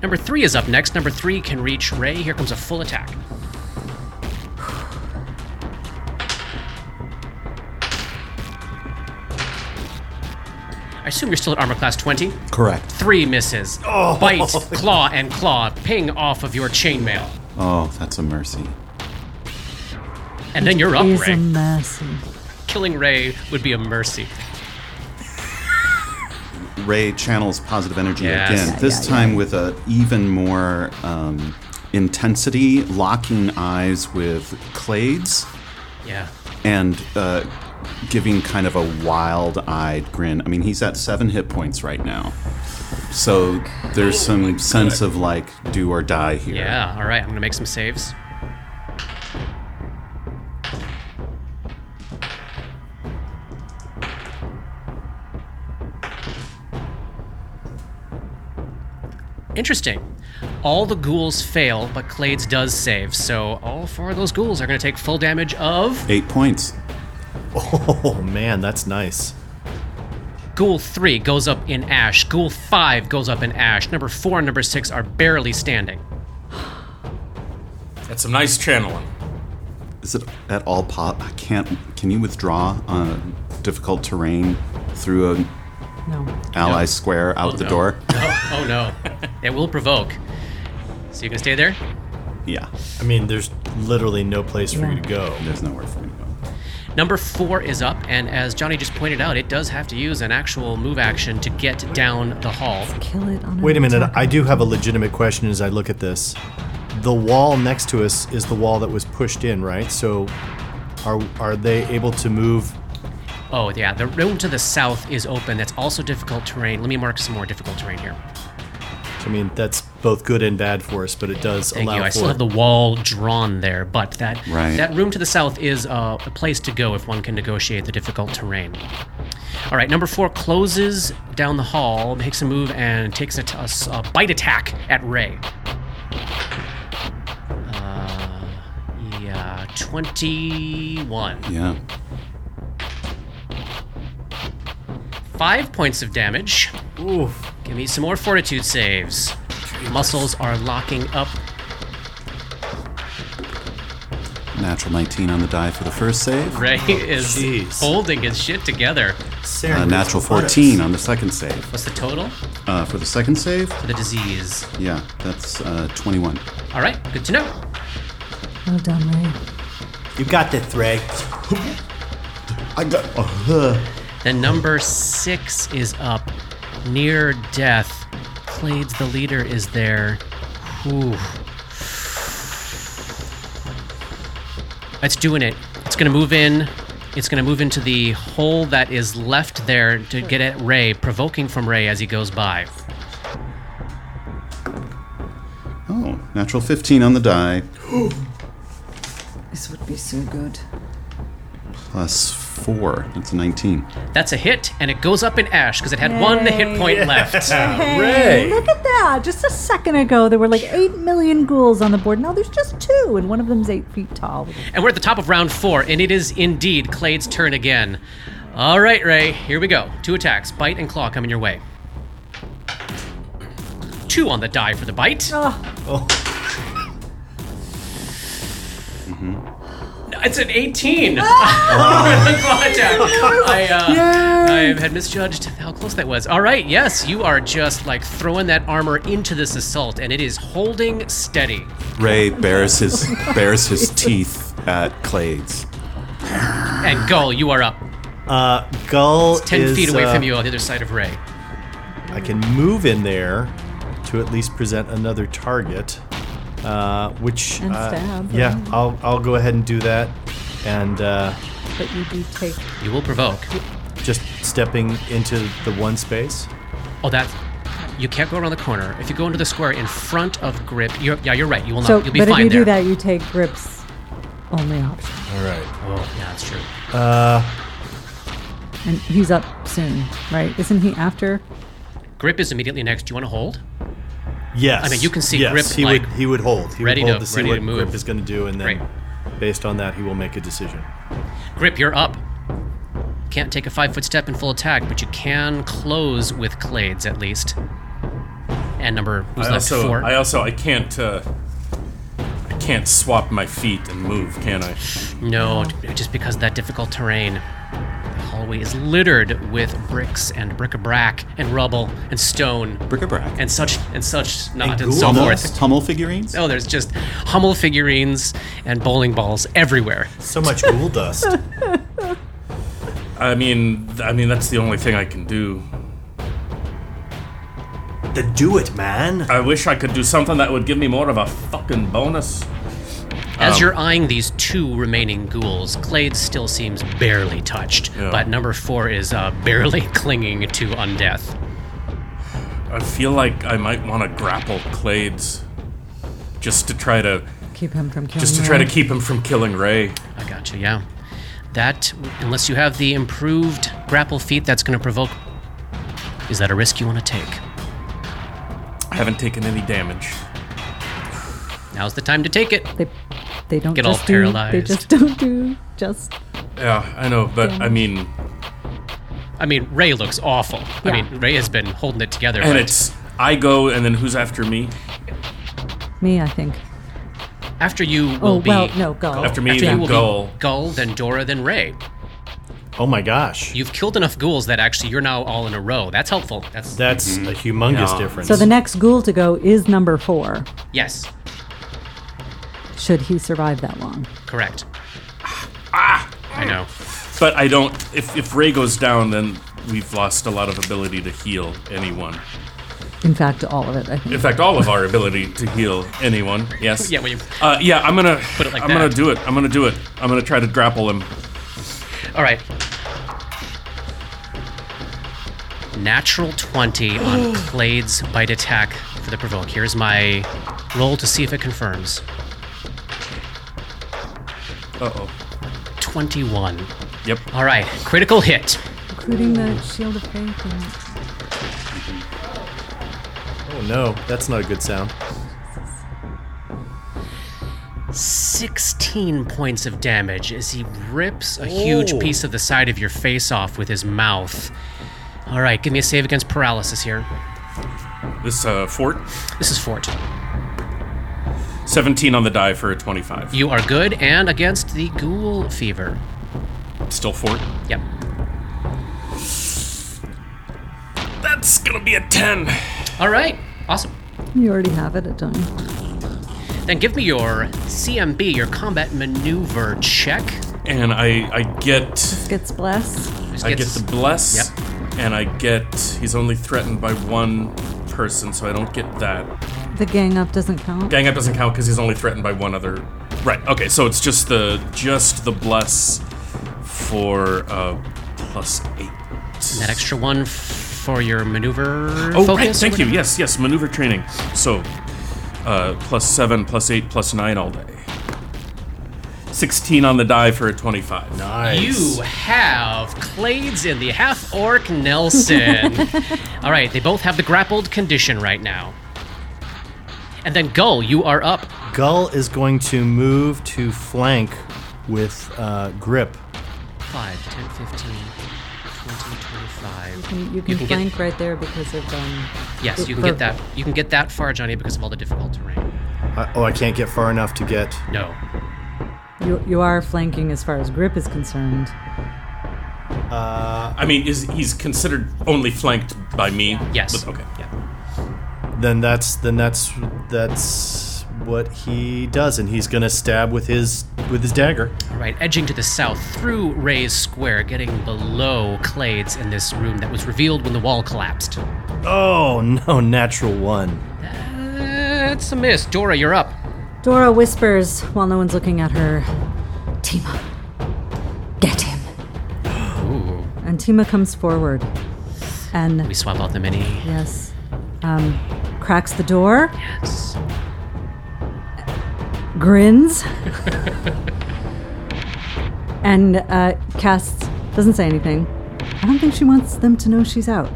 Speaker 1: Number three is up next. Number three can reach Ray. Here comes a full attack. I assume you're still at armor class 20.
Speaker 5: Correct.
Speaker 1: Three misses. Bite, claw, and claw ping off of your chainmail.
Speaker 5: Oh, that's a mercy.
Speaker 1: And then you're up,
Speaker 3: Is a
Speaker 1: Ray.
Speaker 3: mercy.
Speaker 1: Killing Ray would be a mercy.
Speaker 5: Ray channels positive energy
Speaker 1: Yes.
Speaker 5: again.
Speaker 1: Yeah,
Speaker 5: this
Speaker 3: yeah,
Speaker 5: time with a even more um, intensity, locking eyes with Clades,
Speaker 1: Yeah.
Speaker 5: and uh, giving kind of a wild-eyed grin. I mean, he's at seven hit points right now, so there's some sense of like do or die here.
Speaker 1: Yeah, all right. I'm going to make some saves. Interesting. All the ghouls fail, but Clades does save, so all four of those ghouls are going to take full damage of
Speaker 5: Eight points.
Speaker 2: Oh man, that's nice.
Speaker 1: Ghoul 3 goes up in ash, Ghoul 5 goes up in ash, number 4 and number 6 are barely standing.
Speaker 4: That's some nice channeling.
Speaker 5: Is it at all pop? I can't. Can you withdraw on difficult terrain through an
Speaker 3: No.
Speaker 5: ally square out the
Speaker 1: no. *laughs*
Speaker 5: door?
Speaker 1: Oh, oh no. It will provoke. So you can stay there?
Speaker 5: yeah.
Speaker 2: I mean, there's literally no place for you to go.
Speaker 5: There's nowhere for me to go.
Speaker 1: Number four is up, and as Johnny just pointed out, it does have to use an actual move action to get down the hall.
Speaker 3: Kill it on
Speaker 2: Wait a
Speaker 3: an
Speaker 2: minute,
Speaker 3: attack.
Speaker 2: I do have a legitimate question as I look at this. The wall next to us is the wall that was pushed in, right? So are are they able to move
Speaker 1: Oh, yeah, the room to the south is open. That's also difficult terrain. Let me mark some more difficult terrain here.
Speaker 2: I mean, that's both good and bad for us, but it does
Speaker 1: Thank
Speaker 2: allow
Speaker 1: you.
Speaker 2: for
Speaker 1: I still have the wall drawn there, but that
Speaker 5: Right.
Speaker 1: that room to the south is uh, a place to go if one can negotiate the difficult terrain. All right, number four closes down the hall, makes a move, and takes a, t- a s- a bite attack at Ray. Uh, yeah, twenty-one.
Speaker 5: Yeah.
Speaker 1: Five points of damage.
Speaker 2: Oof.
Speaker 1: Give me some more fortitude saves. Muscles are locking up.
Speaker 5: Natural 19 on the die for the first save.
Speaker 1: Ray is
Speaker 2: Oh, jeez.
Speaker 1: holding his shit together.
Speaker 2: Sarah,
Speaker 5: A
Speaker 2: where's
Speaker 5: Uh, natural
Speaker 2: the forest?
Speaker 5: 14 on the second save.
Speaker 1: What's the total?
Speaker 5: Uh, for the second save,
Speaker 1: for the disease.
Speaker 5: yeah, that's uh, 21.
Speaker 1: All right, good to know.
Speaker 3: Well done, Ray.
Speaker 6: You got this, Ray.
Speaker 5: I got. Uh,
Speaker 1: Then number six is up. Near death. Clades the leader is there. Whew. It's doing it. It's gonna move in. It's gonna move into the hole that is left there to get at Ray, provoking from Ray as he goes by.
Speaker 5: oh, natural 15 on the die,
Speaker 3: This would be so good.
Speaker 5: plus 4. That's a 19.
Speaker 1: That's a hit, and it goes up in ash because it had one hit point left.
Speaker 3: Hey, look at that! Just a second ago, there were like eight million ghouls on the board. Now there's just two, and one of them's eight feet tall.
Speaker 1: And we're at the top of round four, and it is indeed Clade's turn again. All right, Ray, here we go. Two attacks, bite and claw coming your way. two on the die for the bite. No, It's an 18. *laughs* I, uh, I had misjudged how close that was. All right, yes, you are just like throwing that armor into this assault, and it is holding steady.
Speaker 5: Ray bares his bares his teeth at Clades.
Speaker 1: And Gull, you are up.
Speaker 2: Uh, Gull
Speaker 1: 10
Speaker 2: is,
Speaker 1: feet away
Speaker 2: uh,
Speaker 1: from you on the other side of Ray.
Speaker 2: I can move in there to at least present another target, uh, which
Speaker 3: And
Speaker 2: uh,
Speaker 3: stab.
Speaker 2: yeah, I'll I'll go ahead and do that, and uh,
Speaker 3: But you do take.
Speaker 1: You will provoke.
Speaker 2: just stepping into the one space.
Speaker 1: Oh, that. You can't go around the corner. If you go into the square in front of Grip, you're, yeah, you're right. You will not.
Speaker 3: So,
Speaker 1: you'll be
Speaker 3: but if
Speaker 1: fine
Speaker 3: you
Speaker 1: there.
Speaker 3: do that, you take grips only option,
Speaker 2: All right.
Speaker 1: Oh, yeah, that's true.
Speaker 3: and he's up soon, right? Isn't he after?
Speaker 1: Grip is immediately next. Do you want to hold?
Speaker 2: Yes.
Speaker 1: I mean, you can see
Speaker 2: yes,
Speaker 1: Grip,
Speaker 2: He
Speaker 1: like,
Speaker 2: would he would hold. He
Speaker 1: ready
Speaker 2: would hold
Speaker 1: to-
Speaker 2: to, see
Speaker 1: ready
Speaker 2: what
Speaker 1: to move.
Speaker 2: Grip is going to do, and then based on that, he will make a decision.
Speaker 1: Grip, you're up. Can't take a five foot step in full attack, but you can close with Clades at least. And number who's
Speaker 4: I
Speaker 1: left
Speaker 4: also,
Speaker 1: four.
Speaker 4: I also, I can't, uh, I can't swap my feet and move, can I?
Speaker 1: no, just because of that difficult terrain. The hallway is littered with bricks and bric-a-brac and rubble and stone
Speaker 5: Bric-a-brac.
Speaker 1: and such and such not and,
Speaker 2: ghoul
Speaker 1: so
Speaker 5: Hummel,
Speaker 1: forth.
Speaker 5: Hummel figurines?
Speaker 1: Oh, there's just Hummel figurines and bowling balls everywhere.
Speaker 2: So much ghoul
Speaker 1: *laughs*
Speaker 2: dust.
Speaker 4: I mean, th- I mean that's the only thing I can do.
Speaker 6: The do it, man.
Speaker 4: I wish I could do something that would give me more of a fucking bonus.
Speaker 1: As
Speaker 4: Um,
Speaker 1: you're eyeing these two remaining ghouls, Clade still seems barely touched, but number four is uh, barely *laughs* clinging to undeath.
Speaker 4: I feel like I might want to grapple Clades, just to try to,
Speaker 3: Keep him from killing.
Speaker 4: just to try to
Speaker 1: Mm.
Speaker 3: Ray.
Speaker 4: keep him from killing Ray.
Speaker 1: I gotcha, yeah. That, unless you have the improved grapple feat, that's going to provoke. Is that a risk you want to take?
Speaker 4: I haven't taken any damage.
Speaker 1: Now's the time to take it.
Speaker 3: They, they don't
Speaker 1: Get all
Speaker 3: just do, They
Speaker 1: paralyzed.
Speaker 3: just don't do just.
Speaker 4: Yeah, I know, but I mean,
Speaker 1: I mean, Ray looks awful. I
Speaker 3: Yeah.
Speaker 1: mean, Ray has been holding it together.
Speaker 4: and
Speaker 1: but
Speaker 4: it's I go, and then who's after me?
Speaker 3: Me, I think.
Speaker 1: after you will
Speaker 3: Oh
Speaker 1: be
Speaker 3: well, no, go.
Speaker 4: After me,
Speaker 1: After you
Speaker 4: then
Speaker 1: will
Speaker 4: Gull.
Speaker 1: be Gull, then Dora, then Ray.
Speaker 2: oh my gosh,
Speaker 1: You've killed enough ghouls that actually you're now all in a row. That's helpful. That's
Speaker 2: that's a humongous
Speaker 4: Yeah.
Speaker 2: difference.
Speaker 3: So the next ghoul to go is number four.
Speaker 1: yes,
Speaker 3: Should he survive that long?
Speaker 1: correct. Ah, I know.
Speaker 4: But I don't. If if Ray goes down, then we've lost a lot of ability to heal anyone.
Speaker 3: In fact, all of it. I think.
Speaker 4: In fact, all of our ability to heal anyone. Yes.
Speaker 1: Yeah, well, you-
Speaker 4: uh, yeah. I'm gonna
Speaker 1: Put it like
Speaker 4: I'm
Speaker 1: that.
Speaker 4: gonna do it. I'm gonna do it. I'm gonna try to grapple him.
Speaker 1: All right. Natural 20 on Clade's bite attack for the provoke. Here's my roll to see if it confirms.
Speaker 4: Uh oh.
Speaker 1: 21.
Speaker 4: Yep.
Speaker 1: All right, critical hit.
Speaker 3: Including the shield of faith. And
Speaker 2: oh no, that's not a good sound.
Speaker 1: 16 points of damage as he rips a huge piece of the side of your face off with his mouth. All right, give me a save against paralysis here.
Speaker 4: This uh, fort.
Speaker 1: This is Fort.
Speaker 4: 17 on the die for a 25.
Speaker 1: You are good and against the ghoul fever.
Speaker 4: Still fort.
Speaker 1: Yep.
Speaker 4: That's gonna be a 10.
Speaker 1: All right, awesome.
Speaker 3: you already have it, don't you?
Speaker 1: Then give me your CMB, your combat maneuver check.
Speaker 4: And I I get
Speaker 3: Gets blessed.
Speaker 1: Just
Speaker 4: I get
Speaker 1: gets-
Speaker 4: the bless.
Speaker 1: Yep.
Speaker 4: And I get he's only threatened by one person, so I don't get that.
Speaker 3: The gang up doesn't count.
Speaker 4: Gang up doesn't count because he's only threatened by one other. Right. Okay. So it's just the just the bless for uh, plus eight.
Speaker 1: that extra one f- for your maneuver.
Speaker 4: Oh,
Speaker 1: focus
Speaker 4: right.
Speaker 1: or
Speaker 4: Thank you.
Speaker 1: whatever?
Speaker 4: Yes, yes. Maneuver training. So, uh, plus seven, plus eight, plus nine all day. 16 on the die for a 25.
Speaker 2: Nice.
Speaker 1: You have Clades in the half orc Nelson.
Speaker 4: *laughs*
Speaker 1: All right, they both have the grappled condition right now. And then Gull, you are up.
Speaker 2: Gull is going to move to flank with uh, Grip.
Speaker 1: Five, ten, fifteen, 20, 25.
Speaker 3: You can,
Speaker 1: can get-
Speaker 3: flank right there because of um.
Speaker 1: Yes,
Speaker 3: it-
Speaker 1: you can get
Speaker 3: for-
Speaker 1: that. You can get that far, Johnny, because of all the difficult terrain.
Speaker 2: I, oh, I can't get far enough to get.
Speaker 1: No.
Speaker 3: You, you are flanking as far as grip is concerned.
Speaker 4: I mean, is he's considered only flanked by me?
Speaker 1: Yes. *laughs*
Speaker 4: But- okay.
Speaker 1: Yeah.
Speaker 2: Then that's then that's that's what he does, and he's gonna stab with his with his dagger.
Speaker 1: All right. Edging to the south through Ray's square, getting below Clade's in this room that was revealed when the wall collapsed.
Speaker 2: Oh no, natural one.
Speaker 1: That's a miss. Dora, you're up.
Speaker 3: Dora whispers while no one's looking at her. Tima, get him.
Speaker 1: Ooh.
Speaker 3: And Tima comes forward,
Speaker 1: We
Speaker 3: and
Speaker 1: swap out the mini.
Speaker 3: yes, um, cracks the door,
Speaker 1: Yes.
Speaker 3: grins, and uh, casts. Doesn't say anything. I don't think she wants them to know she's out,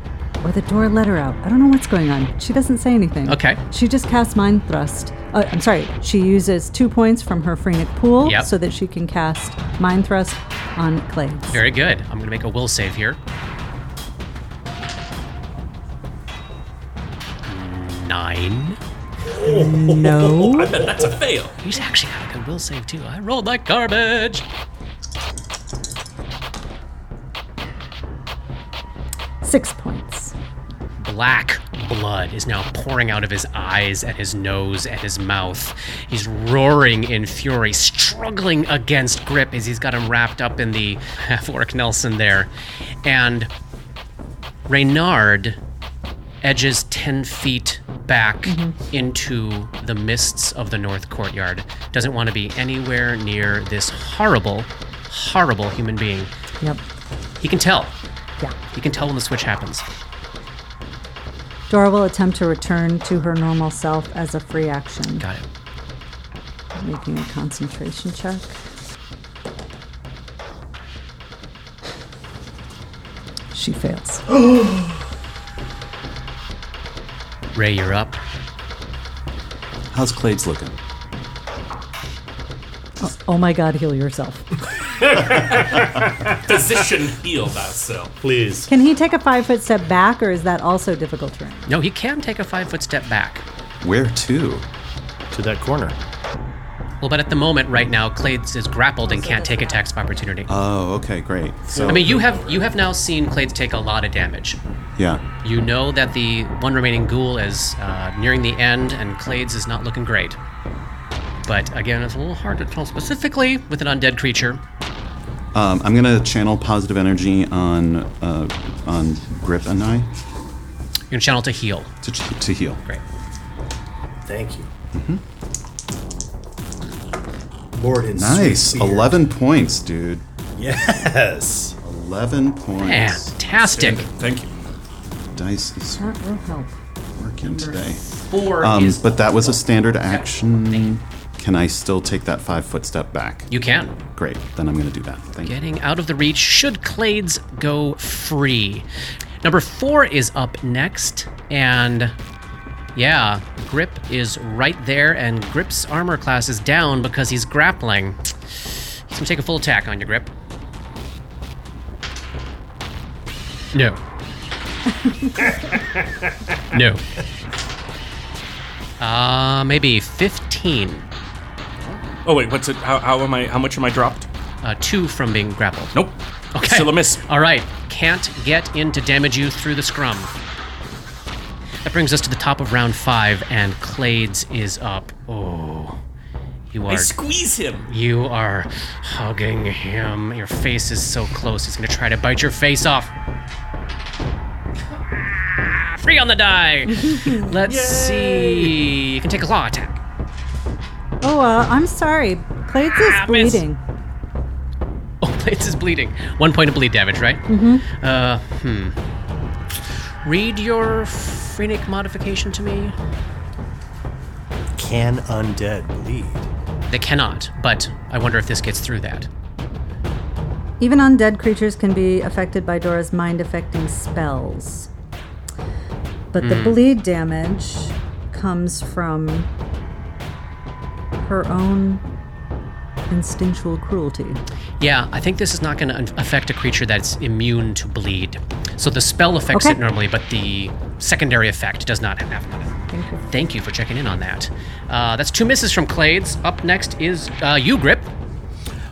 Speaker 3: or that Dora let her out. I don't know what's going on. She doesn't say anything.
Speaker 1: Okay.
Speaker 3: She just casts Mind Thrust. Uh, I'm sorry. She uses two points from her Freenic pool
Speaker 1: Yep.
Speaker 3: so that she can cast Mind Thrust on Clades.
Speaker 1: Very good. I'm gonna make a will save here. Nine.
Speaker 3: No.
Speaker 4: I bet that's a fail.
Speaker 1: He's actually got a good will save too. I rolled like garbage.
Speaker 3: Six points.
Speaker 1: Black blood is now pouring out of his eyes, at his nose, at his mouth. He's roaring in fury, struggling against grip as he's got him wrapped up in the *laughs* half orc Nelson there. And Reynard edges 10 feet back into the mists of the north courtyard. Doesn't want to be anywhere near this horrible, horrible human being.
Speaker 3: Yep.
Speaker 1: He can tell.
Speaker 3: Yeah.
Speaker 1: He can tell when the switch happens.
Speaker 3: Dora will attempt to return to her normal self as a free action,
Speaker 1: Got it.
Speaker 3: making a concentration check. She fails.
Speaker 1: Ray, you're up.
Speaker 5: How's Clade's looking?
Speaker 3: oh my god, heal yourself.
Speaker 4: Physician, heal thyself.
Speaker 2: Please.
Speaker 3: Can he take a five foot step back, or is that also difficult terrain?
Speaker 1: No, he can take a five foot step back.
Speaker 5: Where to?
Speaker 2: To that corner.
Speaker 1: Well, but at the moment, right now, Clades is grappled and can't take attacks of opportunity.
Speaker 5: Oh, okay, great. So
Speaker 1: I mean, you have you have now seen Clades take a lot of damage.
Speaker 5: yeah,
Speaker 1: You know that the one remaining ghoul is uh, nearing the end, and Clades is not looking great. But again, it's a little hard to tell specifically with an undead creature.
Speaker 5: um, I'm gonna channel positive energy on uh, on Grip and I
Speaker 1: You can channel to heal.
Speaker 5: to ch- to heal.
Speaker 1: Great.
Speaker 2: Thank you. Mm-hmm. Lord in
Speaker 5: Nice,
Speaker 2: sweet fear.
Speaker 5: eleven points, dude.
Speaker 2: *laughs* Yes.
Speaker 5: Eleven points.
Speaker 1: Fantastic.
Speaker 4: Thank you.
Speaker 5: Dice is
Speaker 3: That will help.
Speaker 5: working today.
Speaker 1: Four
Speaker 5: Um,
Speaker 1: is
Speaker 5: but that was a standard action. Can I still take that five foot step back?
Speaker 1: you can.
Speaker 5: Great. Then I'm gonna do that. Thank you.
Speaker 1: Getting out of the reach should Clades go free. Number four is up next, and yeah, Grip is right there, and Grip's armor class is down because he's grappling. He's gonna take a full attack on you, Grip. No. no. Uh, maybe 15.
Speaker 4: Oh wait, what's it? How, how am I? How much am I dropped?
Speaker 1: Uh, two from being grappled.
Speaker 4: Nope.
Speaker 1: Okay.
Speaker 4: Still a miss.
Speaker 1: All right. Can't get in to damage you through the scrum. That brings us to the top of round five, and Clades is up. Oh, you
Speaker 4: I
Speaker 1: are
Speaker 4: squeeze him.
Speaker 1: you are hugging him. Your face is so close. He's gonna try to bite your face off. Three on the die. Let's see. You can take a claw attack.
Speaker 3: Oh, uh, I'm sorry. Clades is
Speaker 1: miss.
Speaker 3: bleeding.
Speaker 1: *laughs* Oh, Clades is bleeding. One point of bleed damage, right? Mm-hmm. Uh, hmm. Read your phrenic modification to me.
Speaker 2: Can undead bleed?
Speaker 1: They cannot, but I wonder if this gets through that.
Speaker 3: Even undead creatures can be affected by Dora's mind affecting spells. But the bleed damage comes from her own instinctual cruelty.
Speaker 1: Yeah, I think this is not going to affect a creature that's immune to bleed. So the spell affects
Speaker 3: Okay.
Speaker 1: it normally, but the secondary effect does not happen on it.
Speaker 3: Thank you.
Speaker 1: Thank you for checking in on that. Uh, that's two misses from Clades. Up next is uh, you, Grip.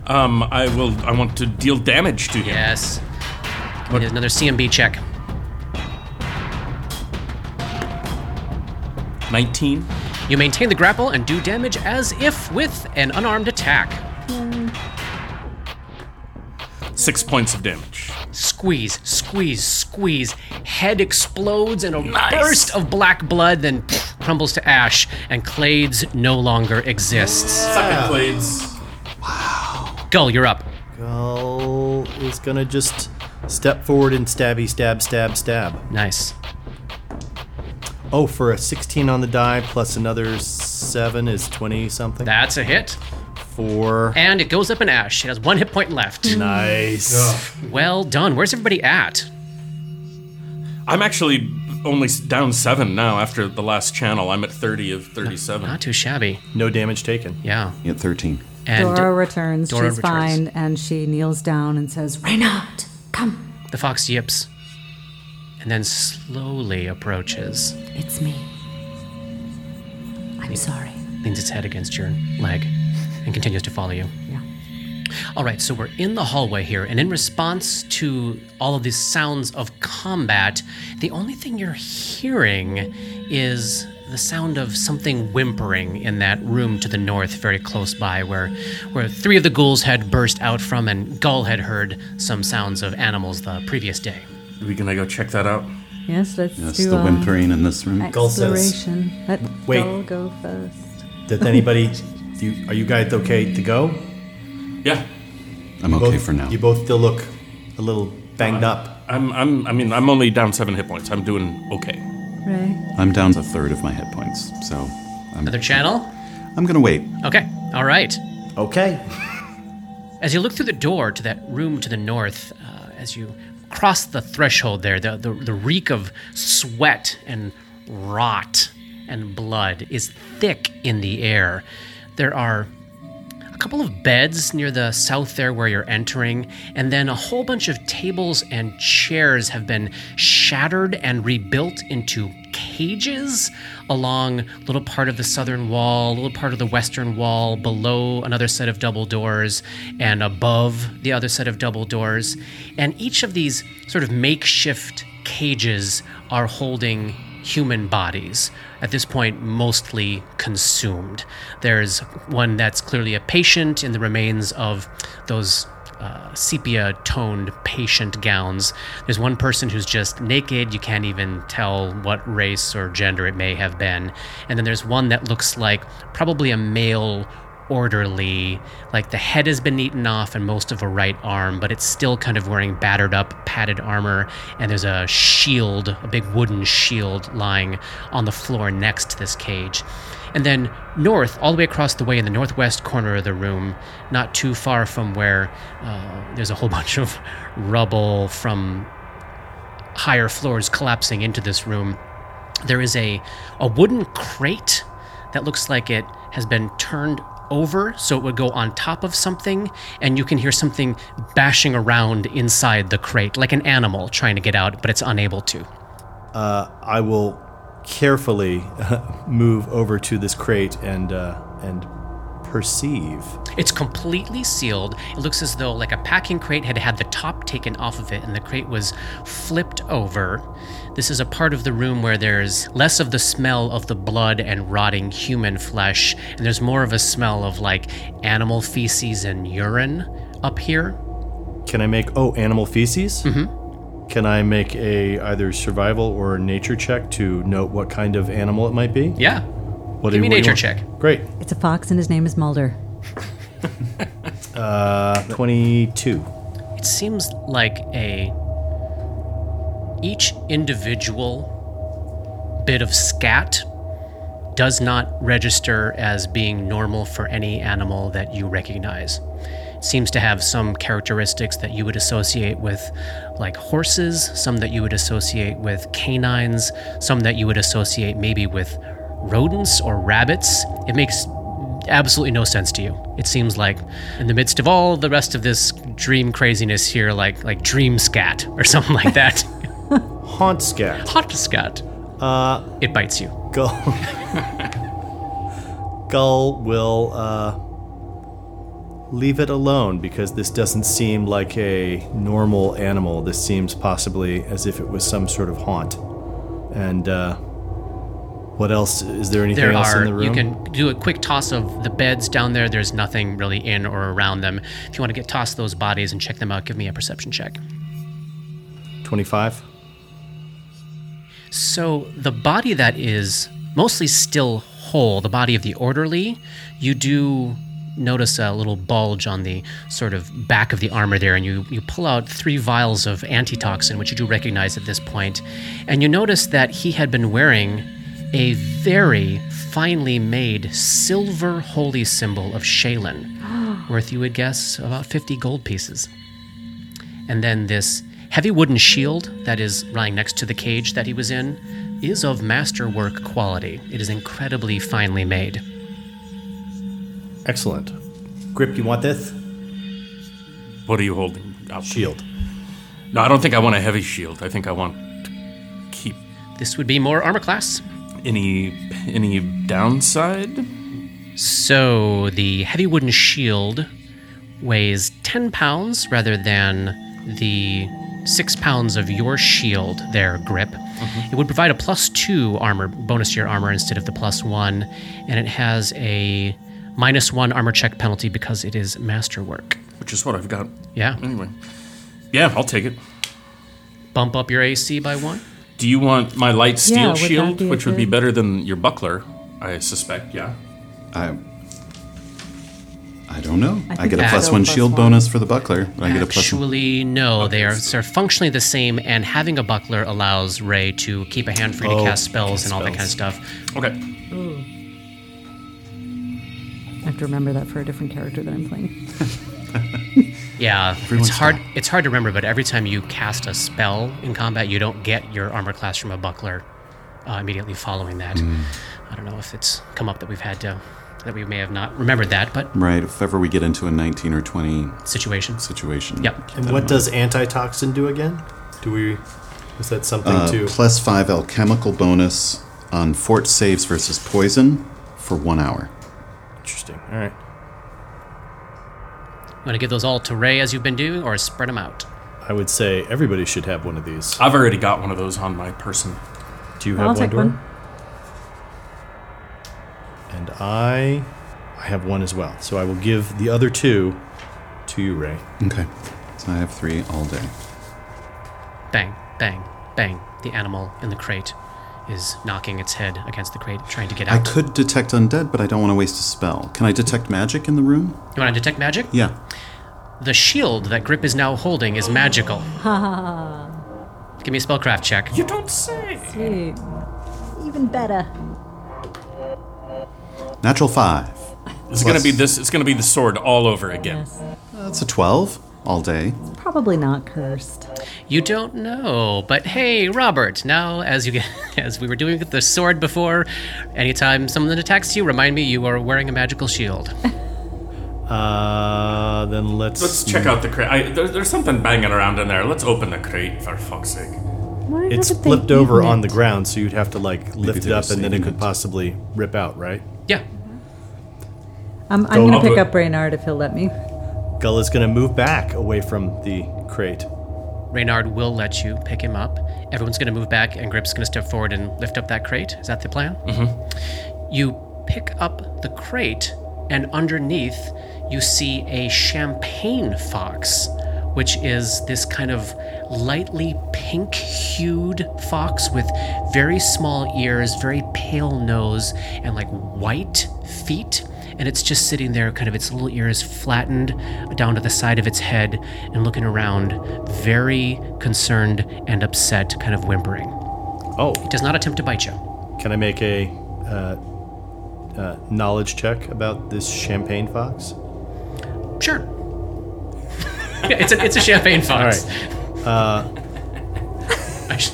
Speaker 4: Um, I will. I want to deal damage to him.
Speaker 1: Yes. Give me another CMB check.
Speaker 4: 19.
Speaker 1: You maintain the grapple and do damage as if with an unarmed attack.
Speaker 4: Six points of damage.
Speaker 1: Squeeze, squeeze, squeeze. Head explodes in a burst of black blood, then pff, crumbles to ash, and Clades no longer exists.
Speaker 4: Second blades.
Speaker 1: Gull, you're up.
Speaker 2: Gull is gonna just step forward and stabby stab stab stab.
Speaker 1: Nice.
Speaker 2: Oh, for a 16 on the die plus another seven is 20 something.
Speaker 1: That's a hit.
Speaker 2: Four.
Speaker 1: And it goes up in ash. It has one hit point left.
Speaker 2: Nice.
Speaker 1: Well done. Where's everybody at?
Speaker 4: I'm actually only s- down seven now after the last channel. I'm at 30 of 37.
Speaker 1: Not too shabby.
Speaker 2: No damage taken.
Speaker 1: Yeah.
Speaker 5: At 13.
Speaker 1: And
Speaker 3: Dora returns.
Speaker 1: Dora
Speaker 3: She's
Speaker 1: returns.
Speaker 3: fine, and she kneels down and says, "Reynard, come.
Speaker 1: the fox yips and then slowly approaches,
Speaker 3: It's me. I'm sorry."
Speaker 1: leans its head against your leg, and continues to follow you.
Speaker 3: Yeah.
Speaker 1: All right, so we're in the hallway here, and in response to all of these sounds of combat, the only thing you're hearing is the sound of something whimpering in that room to the north, very close by, where where three of the ghouls had burst out from, and Gull had heard some sounds of animals the previous day.
Speaker 4: Are we gonna go check that out?
Speaker 3: Yes, let's
Speaker 5: That's
Speaker 3: do
Speaker 5: the
Speaker 3: uh,
Speaker 5: whimpering in this room.
Speaker 2: Gull says-
Speaker 3: exploration. Let
Speaker 2: Wait.
Speaker 3: Gull go first.
Speaker 2: Did anybody? you, are you guys okay to go?
Speaker 4: Yeah.
Speaker 5: I'm okay for now.
Speaker 2: You both still look a little banged up.
Speaker 4: I'm. I'm. I mean, I'm only down seven hit points. I'm doing okay.
Speaker 3: Ray,
Speaker 5: I'm down to a third of my hit points, so I'm,
Speaker 1: Another channel?
Speaker 5: I'm gonna wait.
Speaker 1: Okay, all right.
Speaker 2: Okay.
Speaker 1: As you look through the door to that room to the north, uh, as you cross the threshold there, the, the, the reek of sweat and rot and blood is thick in the air. There are a couple of beds near the south there where you're entering, and then a whole bunch of tables and chairs have been shattered and rebuilt into cages along little part of the southern wall, little part of the western wall, below another set of double doors, and above the other set of double doors. And each of these sort of makeshift cages are holding human bodies, at this point mostly consumed. There's one that's clearly a patient in the remains of those uh, sepia toned patient gowns. There's one person who's just naked, you can't even tell what race or gender it may have been. And then there's one that looks like probably a male orderly. Like the head has been eaten off and most of a right arm, but it's still kind of wearing battered up, padded armor. And there's a shield, a big wooden shield, lying on the floor next to this cage. And then north, all the way across the way in the northwest corner of the room, not too far from where uh, there's a whole *laughs* bunch of rubble from higher floors collapsing into this room, there is a, a wooden crate that looks like it has been turned over so it would go on top of something, and you can hear something bashing around inside the crate, like an animal trying to get out, but it's unable to.
Speaker 2: Uh, I will carefully *laughs* move over to this crate and uh, and perceive.
Speaker 1: It's completely sealed. It looks as though like a packing crate had had the top taken off of it and the crate was flipped over. This is a part of the room where there's less of the smell of the blood and rotting human flesh and there's more of a smell of like animal feces and urine up here.
Speaker 2: Can I make oh animal feces? Mm-hmm. Can I make a either survival or nature check to note what kind of animal it might be?
Speaker 1: Yeah.
Speaker 2: What
Speaker 1: Give
Speaker 2: do
Speaker 1: me
Speaker 2: you- what
Speaker 1: nature
Speaker 2: do you want?
Speaker 1: check.
Speaker 2: Great.
Speaker 3: it's a fox, and his name is Mulder.
Speaker 2: Uh, Twenty-two.
Speaker 1: It seems like a each individual bit of scat does not register as being normal for any animal that you recognize. It seems to have some characteristics that you would associate with like horses, some that you would associate with canines, some that you would associate maybe with rodents or rabbits. It makes absolutely no sense to you. It seems like in the midst of all the rest of this dream craziness here, like like dream scat or *laughs* something like that.
Speaker 2: Haunt scat.
Speaker 1: Hot scat. Uh, it bites you.
Speaker 2: Gull. Gull will uh, leave it alone because this doesn't seem like a normal animal. This seems possibly as if it was some sort of haunt. And uh, what else? Is there anything
Speaker 1: There
Speaker 2: else
Speaker 1: are.
Speaker 2: in the room?
Speaker 1: You can do a quick toss of the beds down there. There's nothing really in or around them. If you want to get tossed those bodies and check them out, give me a perception check.
Speaker 2: 25.
Speaker 1: So the body that is mostly still whole, the body of the orderly, you do notice a little bulge on the sort of back of the armor there, and you, you pull out three vials of antitoxin, which you do recognize at this point, and you notice that he had been wearing a very finely made silver holy symbol of Shalen, *gasps* worth you would guess about 50 gold pieces and then this heavy wooden shield that is lying next to the cage that he was in is of masterwork quality. It is incredibly finely made.
Speaker 2: Excellent. Grip, you want this?
Speaker 4: What are you holding? out?
Speaker 2: Shield.
Speaker 4: No, I don't think I want a heavy shield. I think I want to keep
Speaker 1: This would be more armor class.
Speaker 4: any any downside.
Speaker 1: So the heavy wooden shield weighs 10 pounds rather than the 6 pounds of your shield there, Grip. It would provide a plus 2 armor, bonus to your armor instead of the plus 1, and it has a minus 1 armor check penalty because it is masterwork.
Speaker 4: which is what I've got.
Speaker 1: Yeah.
Speaker 4: Anyway, yeah, I'll take it.
Speaker 1: bump up your AC by one.
Speaker 4: Do you want my light steel
Speaker 3: Yeah, would that
Speaker 4: shield,
Speaker 3: be a
Speaker 4: which would be
Speaker 3: good-
Speaker 4: better than your buckler? I suspect. Yeah.
Speaker 5: I I don't know. I,
Speaker 3: think
Speaker 5: get a
Speaker 3: that's
Speaker 5: plus
Speaker 3: still
Speaker 5: one
Speaker 3: plus
Speaker 5: shield
Speaker 3: one.
Speaker 5: bonus for the buckler. I get a plus one.
Speaker 1: Actually, no, they are they're functionally the same, and having a buckler allows Ray to keep a hand free to
Speaker 2: Oh,
Speaker 1: cast spells
Speaker 2: cast
Speaker 1: and all that kind of
Speaker 2: spells.
Speaker 1: stuff.
Speaker 4: Okay.
Speaker 3: I have to remember that for a different character that I'm playing.
Speaker 1: Yeah,
Speaker 5: Everyone
Speaker 1: it's hard.
Speaker 5: stop.
Speaker 1: It's hard to remember, but every time you cast a spell in combat, you don't get your armor class from a buckler uh, immediately following that.
Speaker 5: Hmm.
Speaker 1: I don't know if it's come up that we've had to that we may have not remembered that, but
Speaker 5: Right, if ever we get into a 19 or 20
Speaker 1: situations.
Speaker 5: situation.
Speaker 1: Yep.
Speaker 2: And what does antitoxin do again? Do we. Is that something
Speaker 5: Uh,
Speaker 2: to.
Speaker 5: plus five alchemical bonus on fort saves versus poison for one hour.
Speaker 2: Interesting. All right.
Speaker 1: I'm gonna give those all to Ray as you've been doing, or spread them out.
Speaker 2: I would say everybody should have one of these.
Speaker 4: I've already got one of those on my person.
Speaker 2: Do you have
Speaker 3: I'll
Speaker 2: one,
Speaker 3: take
Speaker 2: Dora?
Speaker 3: one.
Speaker 2: And I, I have one as well. So I will give the other two to you, Ray.
Speaker 5: Okay. So I have three all day.
Speaker 1: Bang, bang, bang. The animal in the crate is knocking its head against the crate, trying to get
Speaker 5: I
Speaker 1: out.
Speaker 5: could detect undead, but I don't want to waste a spell. Can I detect magic in the room?
Speaker 1: You want to detect magic?
Speaker 5: Yeah.
Speaker 1: The shield that Grip is now holding is magical. Give me a spellcraft check.
Speaker 4: You don't say.
Speaker 3: Sweet. Even better.
Speaker 5: Natural five.
Speaker 4: It's gonna be this. It's gonna be the sword all over again.
Speaker 3: Yes.
Speaker 5: That's a 12 all day.
Speaker 3: Probably not cursed.
Speaker 1: You don't know, but hey, Robert. Now, as you get, *laughs* as we were doing with the sword before, anytime someone attacks you, remind me you are wearing a magical shield.
Speaker 2: Uh, then let's
Speaker 4: Let's check out the crate. I, there, there's something banging around in there. Let's open the crate for fuck's sake.
Speaker 3: Why
Speaker 2: It's
Speaker 3: haven't they
Speaker 2: flipped over
Speaker 3: eaten
Speaker 2: on the
Speaker 3: it?
Speaker 2: ground, so you'd have to like lift it
Speaker 5: they were
Speaker 2: up, and then it
Speaker 5: saving
Speaker 2: could
Speaker 5: it.
Speaker 2: possibly rip out, right?
Speaker 1: yeah,
Speaker 3: Um, I'm
Speaker 4: I'll
Speaker 3: gonna pick
Speaker 4: do it.
Speaker 3: up Reynard if he'll let me.
Speaker 2: Gull is going to move back away from the crate.
Speaker 1: Reynard will let you pick him up. Everyone's going to move back, and Grip's going to step forward and lift up that crate. Is that the plan? Mm-hmm. You pick up the crate, and underneath, you see a champagne fox, which is this kind of lightly pink hued fox with very small ears, very pale nose, and like white feet. And it's just sitting there, kind of its little ears flattened down to the side of its head and looking around, very concerned and upset, kind of whimpering.
Speaker 2: Oh,
Speaker 1: It does not attempt to bite you.
Speaker 2: can I make a uh, uh, knowledge check about this champagne fox?
Speaker 1: Sure. yeah, it's a, it's a champagne fox. Uh,
Speaker 2: All
Speaker 1: I sh-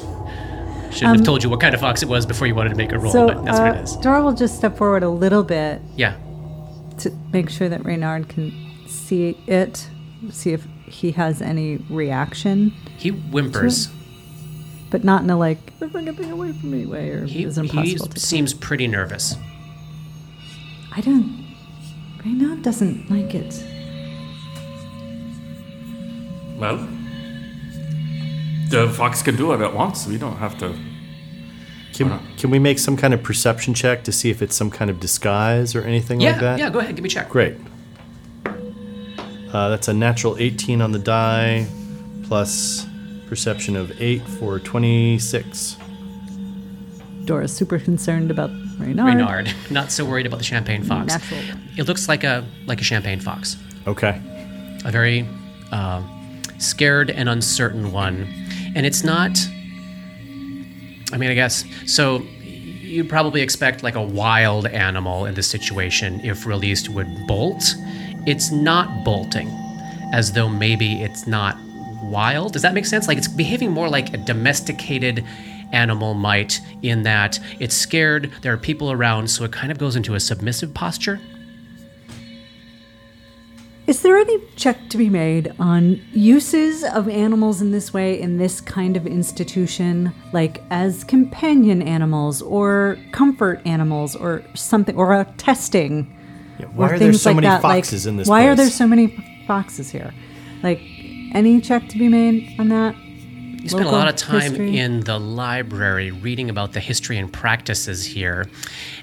Speaker 1: shouldn't have told you what kind of fox it was before you wanted to make a roll,
Speaker 3: Um, So
Speaker 1: but that's
Speaker 3: uh,
Speaker 1: what it is.
Speaker 3: Dora will just step forward a little bit
Speaker 1: Yeah.
Speaker 3: to make sure that Reynard can see it, see if he has any reaction,
Speaker 1: He whimpers.
Speaker 3: but not in a like they're getting away from me way or
Speaker 1: He,
Speaker 3: is it
Speaker 1: he
Speaker 3: impossible to.
Speaker 1: seems pretty nervous.
Speaker 3: I don't. Reynard doesn't like it.
Speaker 4: Well, the fox can do what it wants. We don't have to.
Speaker 2: Can, can we make some kind of perception check to see if it's some kind of disguise or anything
Speaker 1: Yeah,
Speaker 2: like that?
Speaker 1: yeah, go ahead, give me a check.
Speaker 2: Great. Uh, that's a natural 18 on the die, plus perception of 8 for 26.
Speaker 3: Dora's super concerned about Reynard.
Speaker 1: Reynard, not so worried about the champagne fox.
Speaker 3: Natural.
Speaker 1: It looks like a like a champagne fox,
Speaker 2: Okay.
Speaker 1: a very uh, scared and uncertain one, and it's not. I mean, I guess so. You'd probably expect like a wild animal in this situation, if released, would bolt. It's not bolting, as though maybe it's not wild. Does that make sense? Like it's behaving more like a domesticated animal might, in that it's scared, there are people around, so it kind of goes into a submissive posture.
Speaker 3: Is there any check to be made on uses of animals in this way in this kind of institution, like as companion animals or comfort animals or something, or a testing?
Speaker 2: Why
Speaker 3: or
Speaker 2: are there
Speaker 3: things
Speaker 2: so
Speaker 3: like
Speaker 2: many
Speaker 3: that, like,
Speaker 2: foxes in this
Speaker 3: Why
Speaker 2: place?
Speaker 3: are there so many foxes here? Like, any check to be made on that?
Speaker 1: You spent a
Speaker 3: Local
Speaker 1: lot of time
Speaker 3: history.
Speaker 1: in the library reading about the history and practices here.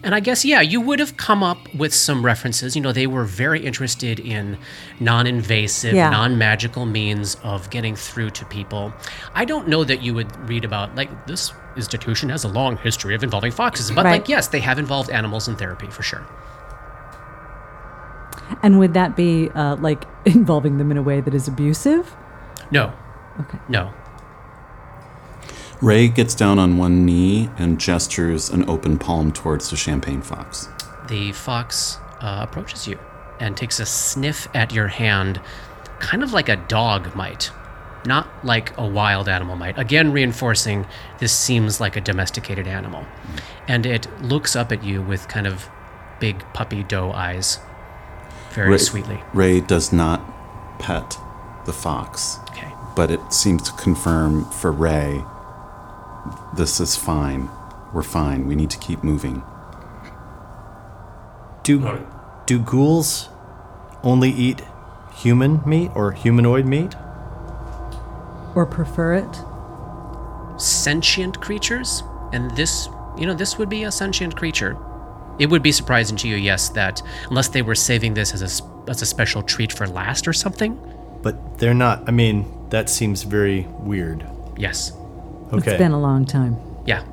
Speaker 1: And I guess, yeah, you would have come up with some references. You know, they were very interested in non invasive,
Speaker 3: Yeah.
Speaker 1: non magical means of getting through to people. I don't know that you would read about, like, this institution has a long history of involving foxes, but,
Speaker 3: Right.
Speaker 1: like, yes, they have involved animals in therapy for sure.
Speaker 3: And would that be uh, like *laughs* involving them in a way that is abusive?
Speaker 1: No.
Speaker 3: Okay.
Speaker 1: No.
Speaker 5: Ray gets down on one knee and gestures an open palm towards the champagne fox.
Speaker 1: the fox uh, approaches you and takes a sniff at your hand, kind of like a dog might, not like a wild animal might. Again, reinforcing this seems like a domesticated animal. And it looks up at you with kind of big puppy doe eyes, very
Speaker 5: Ray,
Speaker 1: sweetly.
Speaker 5: Ray does not pet the fox,
Speaker 1: Okay.
Speaker 5: but it seems to confirm for Ray this is fine. We're fine. We need to keep moving.
Speaker 2: Do, do ghouls only eat human meat or humanoid meat?
Speaker 3: Or prefer it?
Speaker 1: Sentient creatures, and this, you know, this would be a sentient creature. It would be surprising to you, yes, that unless they were saving this as a, s- as a special treat for last or something.
Speaker 2: But they're not. I mean, that seems very weird.
Speaker 1: Yes.
Speaker 2: Okay.
Speaker 3: It's been a long time.
Speaker 1: Yeah.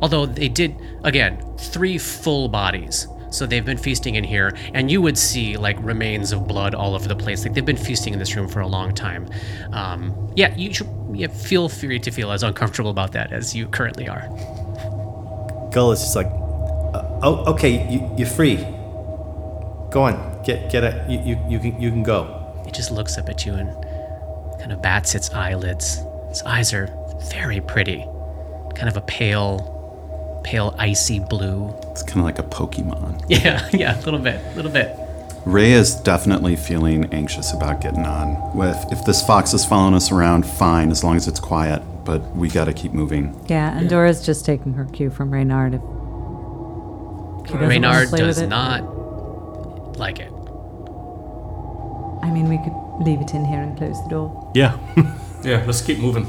Speaker 1: Although they did, again, three full bodies. So they've been feasting in here, and you would see like remains of blood all over the place. Like they've been feasting in this room for a long time. Um, yeah, you should yeah, feel free to feel as uncomfortable about that as you currently are.
Speaker 2: Gull is just like, uh, oh, okay, you, you're free. Go on, get get a, you, you, you can you can go.
Speaker 1: It just looks up at you and kind of bats its eyelids. Its eyes are very pretty, kind of a pale, pale icy blue.
Speaker 5: It's kind of like a Pokemon.
Speaker 1: Yeah, *laughs* yeah, a little bit, a little bit.
Speaker 5: Ray is definitely feeling anxious about getting on. With if this fox is following us around, fine, as long as it's quiet, but we gotta keep moving.
Speaker 3: Yeah, and Dora's just taking her cue from Reynard. If he doesn't wanna
Speaker 1: Reynard
Speaker 3: play with
Speaker 1: does
Speaker 3: it.
Speaker 1: not like it.
Speaker 3: I mean, we could leave it in here and close the door. *laughs*
Speaker 2: Yeah.
Speaker 4: Yeah, let's keep moving.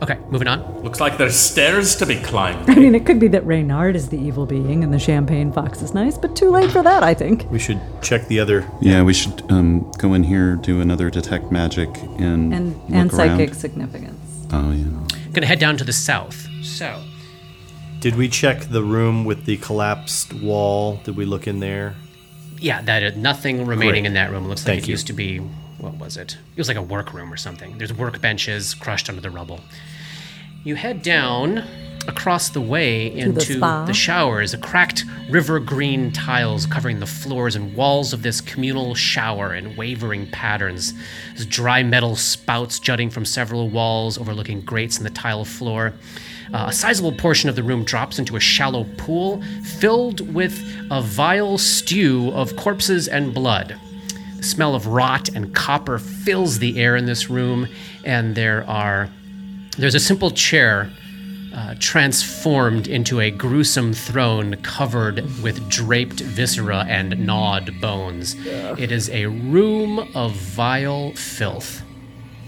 Speaker 1: Okay, moving on.
Speaker 4: Looks like there's stairs to be climbed.
Speaker 3: I mean, it could be that Reynard is the evil being and the champagne fox is nice, but too late for that, I think.
Speaker 2: We should check the other.
Speaker 5: Yeah, we should um, go in here, do another detect magic, and
Speaker 3: And
Speaker 5: look
Speaker 3: and
Speaker 5: around.
Speaker 3: psychic significance.
Speaker 5: Oh yeah.
Speaker 1: Gonna head down to the south. So,
Speaker 2: Did we check the room with the collapsed wall? Did we look in there?
Speaker 1: yeah, that is nothing remaining
Speaker 2: Great.
Speaker 1: in that room. Looks like
Speaker 2: Thank
Speaker 1: it
Speaker 2: you.
Speaker 1: used to be what was it? It was like a workroom or something. There's workbenches crushed under the rubble. You head down across the way into
Speaker 3: spa.
Speaker 1: the showers, a cracked river green tiles covering the floors and walls of this communal shower in wavering patterns. There's dry metal spouts jutting from several walls overlooking grates in the tile floor. Uh, a sizable portion of the room drops into a shallow pool filled with a vile stew of corpses and blood. The smell of rot and copper fills the air in this room, and there are there's a simple chair uh, transformed into a gruesome throne covered with draped viscera and gnawed bones. It is a room of vile filth.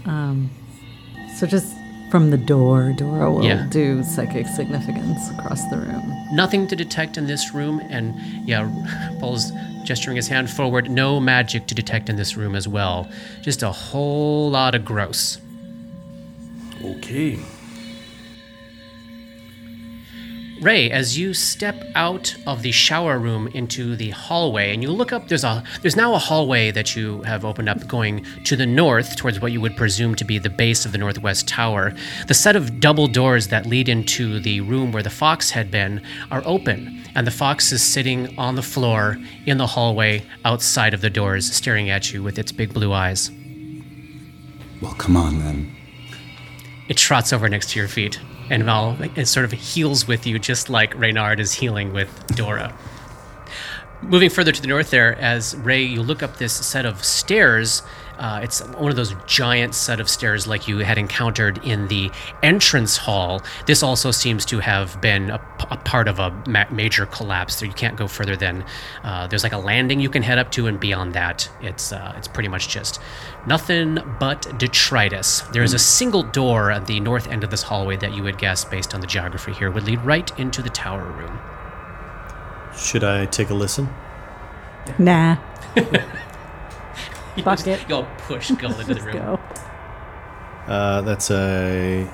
Speaker 7: So just from the door, Dora will
Speaker 1: Yeah.
Speaker 7: do psychic significance across the room.
Speaker 1: Nothing to detect in this room, and yeah, Paul's gesturing his hand forward. No magic to detect in this room as well. Just a whole lot of gross.
Speaker 4: Okay.
Speaker 1: Ray, as you step out of the shower room into the hallway and you look up, there's a there's now a hallway that you have opened up going to the north towards what you would presume to be the base of the northwest tower. The set of double doors that lead into the room where the fox had been are open, and the fox is sitting on the floor in the hallway outside of the doors, staring at you with its big blue eyes.
Speaker 5: Well, come on then.
Speaker 1: It trots over next to your feet and Val it sort of heals with you, just like Reynard is healing with Dora. Moving further to the north, there, as Ray, you look up this set of stairs. Uh, it's one of those giant set of stairs like you had encountered in the entrance hall. This also seems to have been a, p- a part of a ma- major collapse. There, you can't go further than uh, there's like a landing you can head up to, and beyond that, it's uh, it's pretty much just nothing but detritus. There is a single door at the north end of this hallway that you would guess, based on the geography here, would lead right into the tower room.
Speaker 2: Should I take a listen?
Speaker 3: Nah.
Speaker 7: Bucket.
Speaker 1: *laughs* Go push, go
Speaker 7: *laughs*
Speaker 1: into the room.
Speaker 7: Go.
Speaker 2: Uh, that's a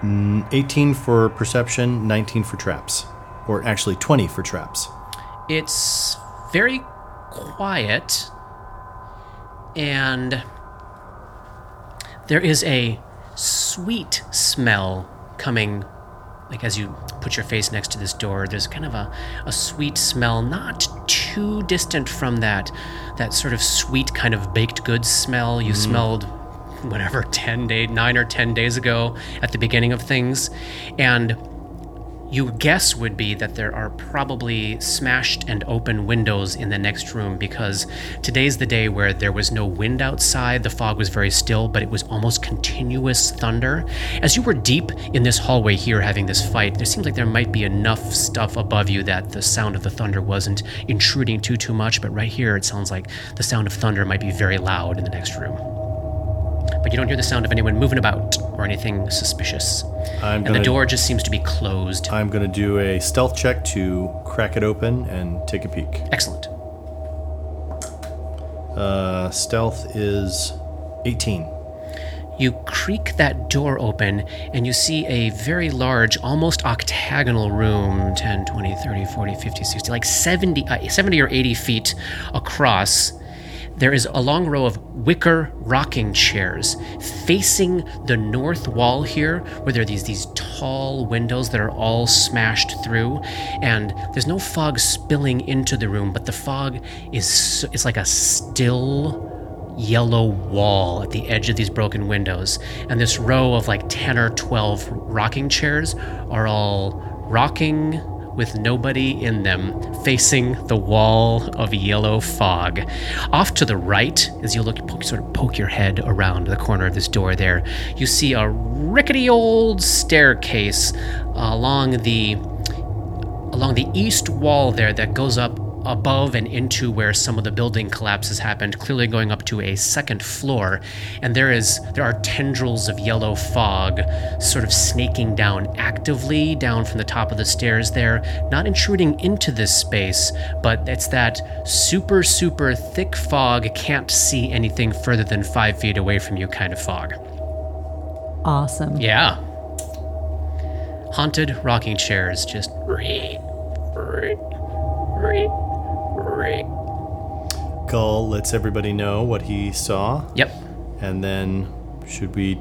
Speaker 2: mm, 18 for perception, 19 for traps, or actually 20 for traps.
Speaker 1: It's very quiet, and there is a sweet smell coming. Like as you put your face next to this door, there's kind of a, a sweet smell, not too distant from that that sort of sweet kind of baked goods smell you smelled whatever *laughs* 10 day 9 or 10 days ago at the beginning of things and you guess would be that there are probably smashed and open windows in the next room because today's the day where there was no wind outside. The fog was very still, but it was almost continuous thunder. As you were deep in this hallway here having this fight, there seems like there might be enough stuff above you that the sound of the thunder wasn't intruding too too much, but right here it sounds like the sound of thunder might be very loud in the next room. But you don't hear the sound of anyone moving about or anything suspicious.
Speaker 2: I'm
Speaker 1: and the
Speaker 2: gonna-
Speaker 1: door just seems to be closed.
Speaker 2: I'm going to do a stealth check to crack it open and take a peek.
Speaker 1: Excellent.
Speaker 2: Uh, stealth is 18.
Speaker 1: You creak that door open and you see a very large, almost octagonal room 10, 20, 30, 40, 50, 60, like 70, uh, 70 or 80 feet across. There is a long row of wicker rocking chairs facing the north wall here, where there are these, these tall windows that are all smashed through. And there's no fog spilling into the room, but the fog is s- it's like a still yellow wall at the edge of these broken windows, and this row of like 10 or 12 rocking chairs are all rocking with nobody in them, facing the wall of yellow fog. Off to the right, as you look, poke, sort of poke your head around the corner of this door there, you see a rickety old staircase along the along the east wall there that goes up above and into where some of the building collapses happened clearly going up to a second floor and there is there are tendrils of yellow fog sort of snaking down actively down from the top of the stairs there not intruding into this space but it's that super super thick fog can't see anything further than five feet away from you kind of fog
Speaker 7: Awesome.
Speaker 1: yeah. Haunted rocking chairs just.
Speaker 2: Gull lets everybody know what he saw,
Speaker 1: Yep.
Speaker 2: and then should we,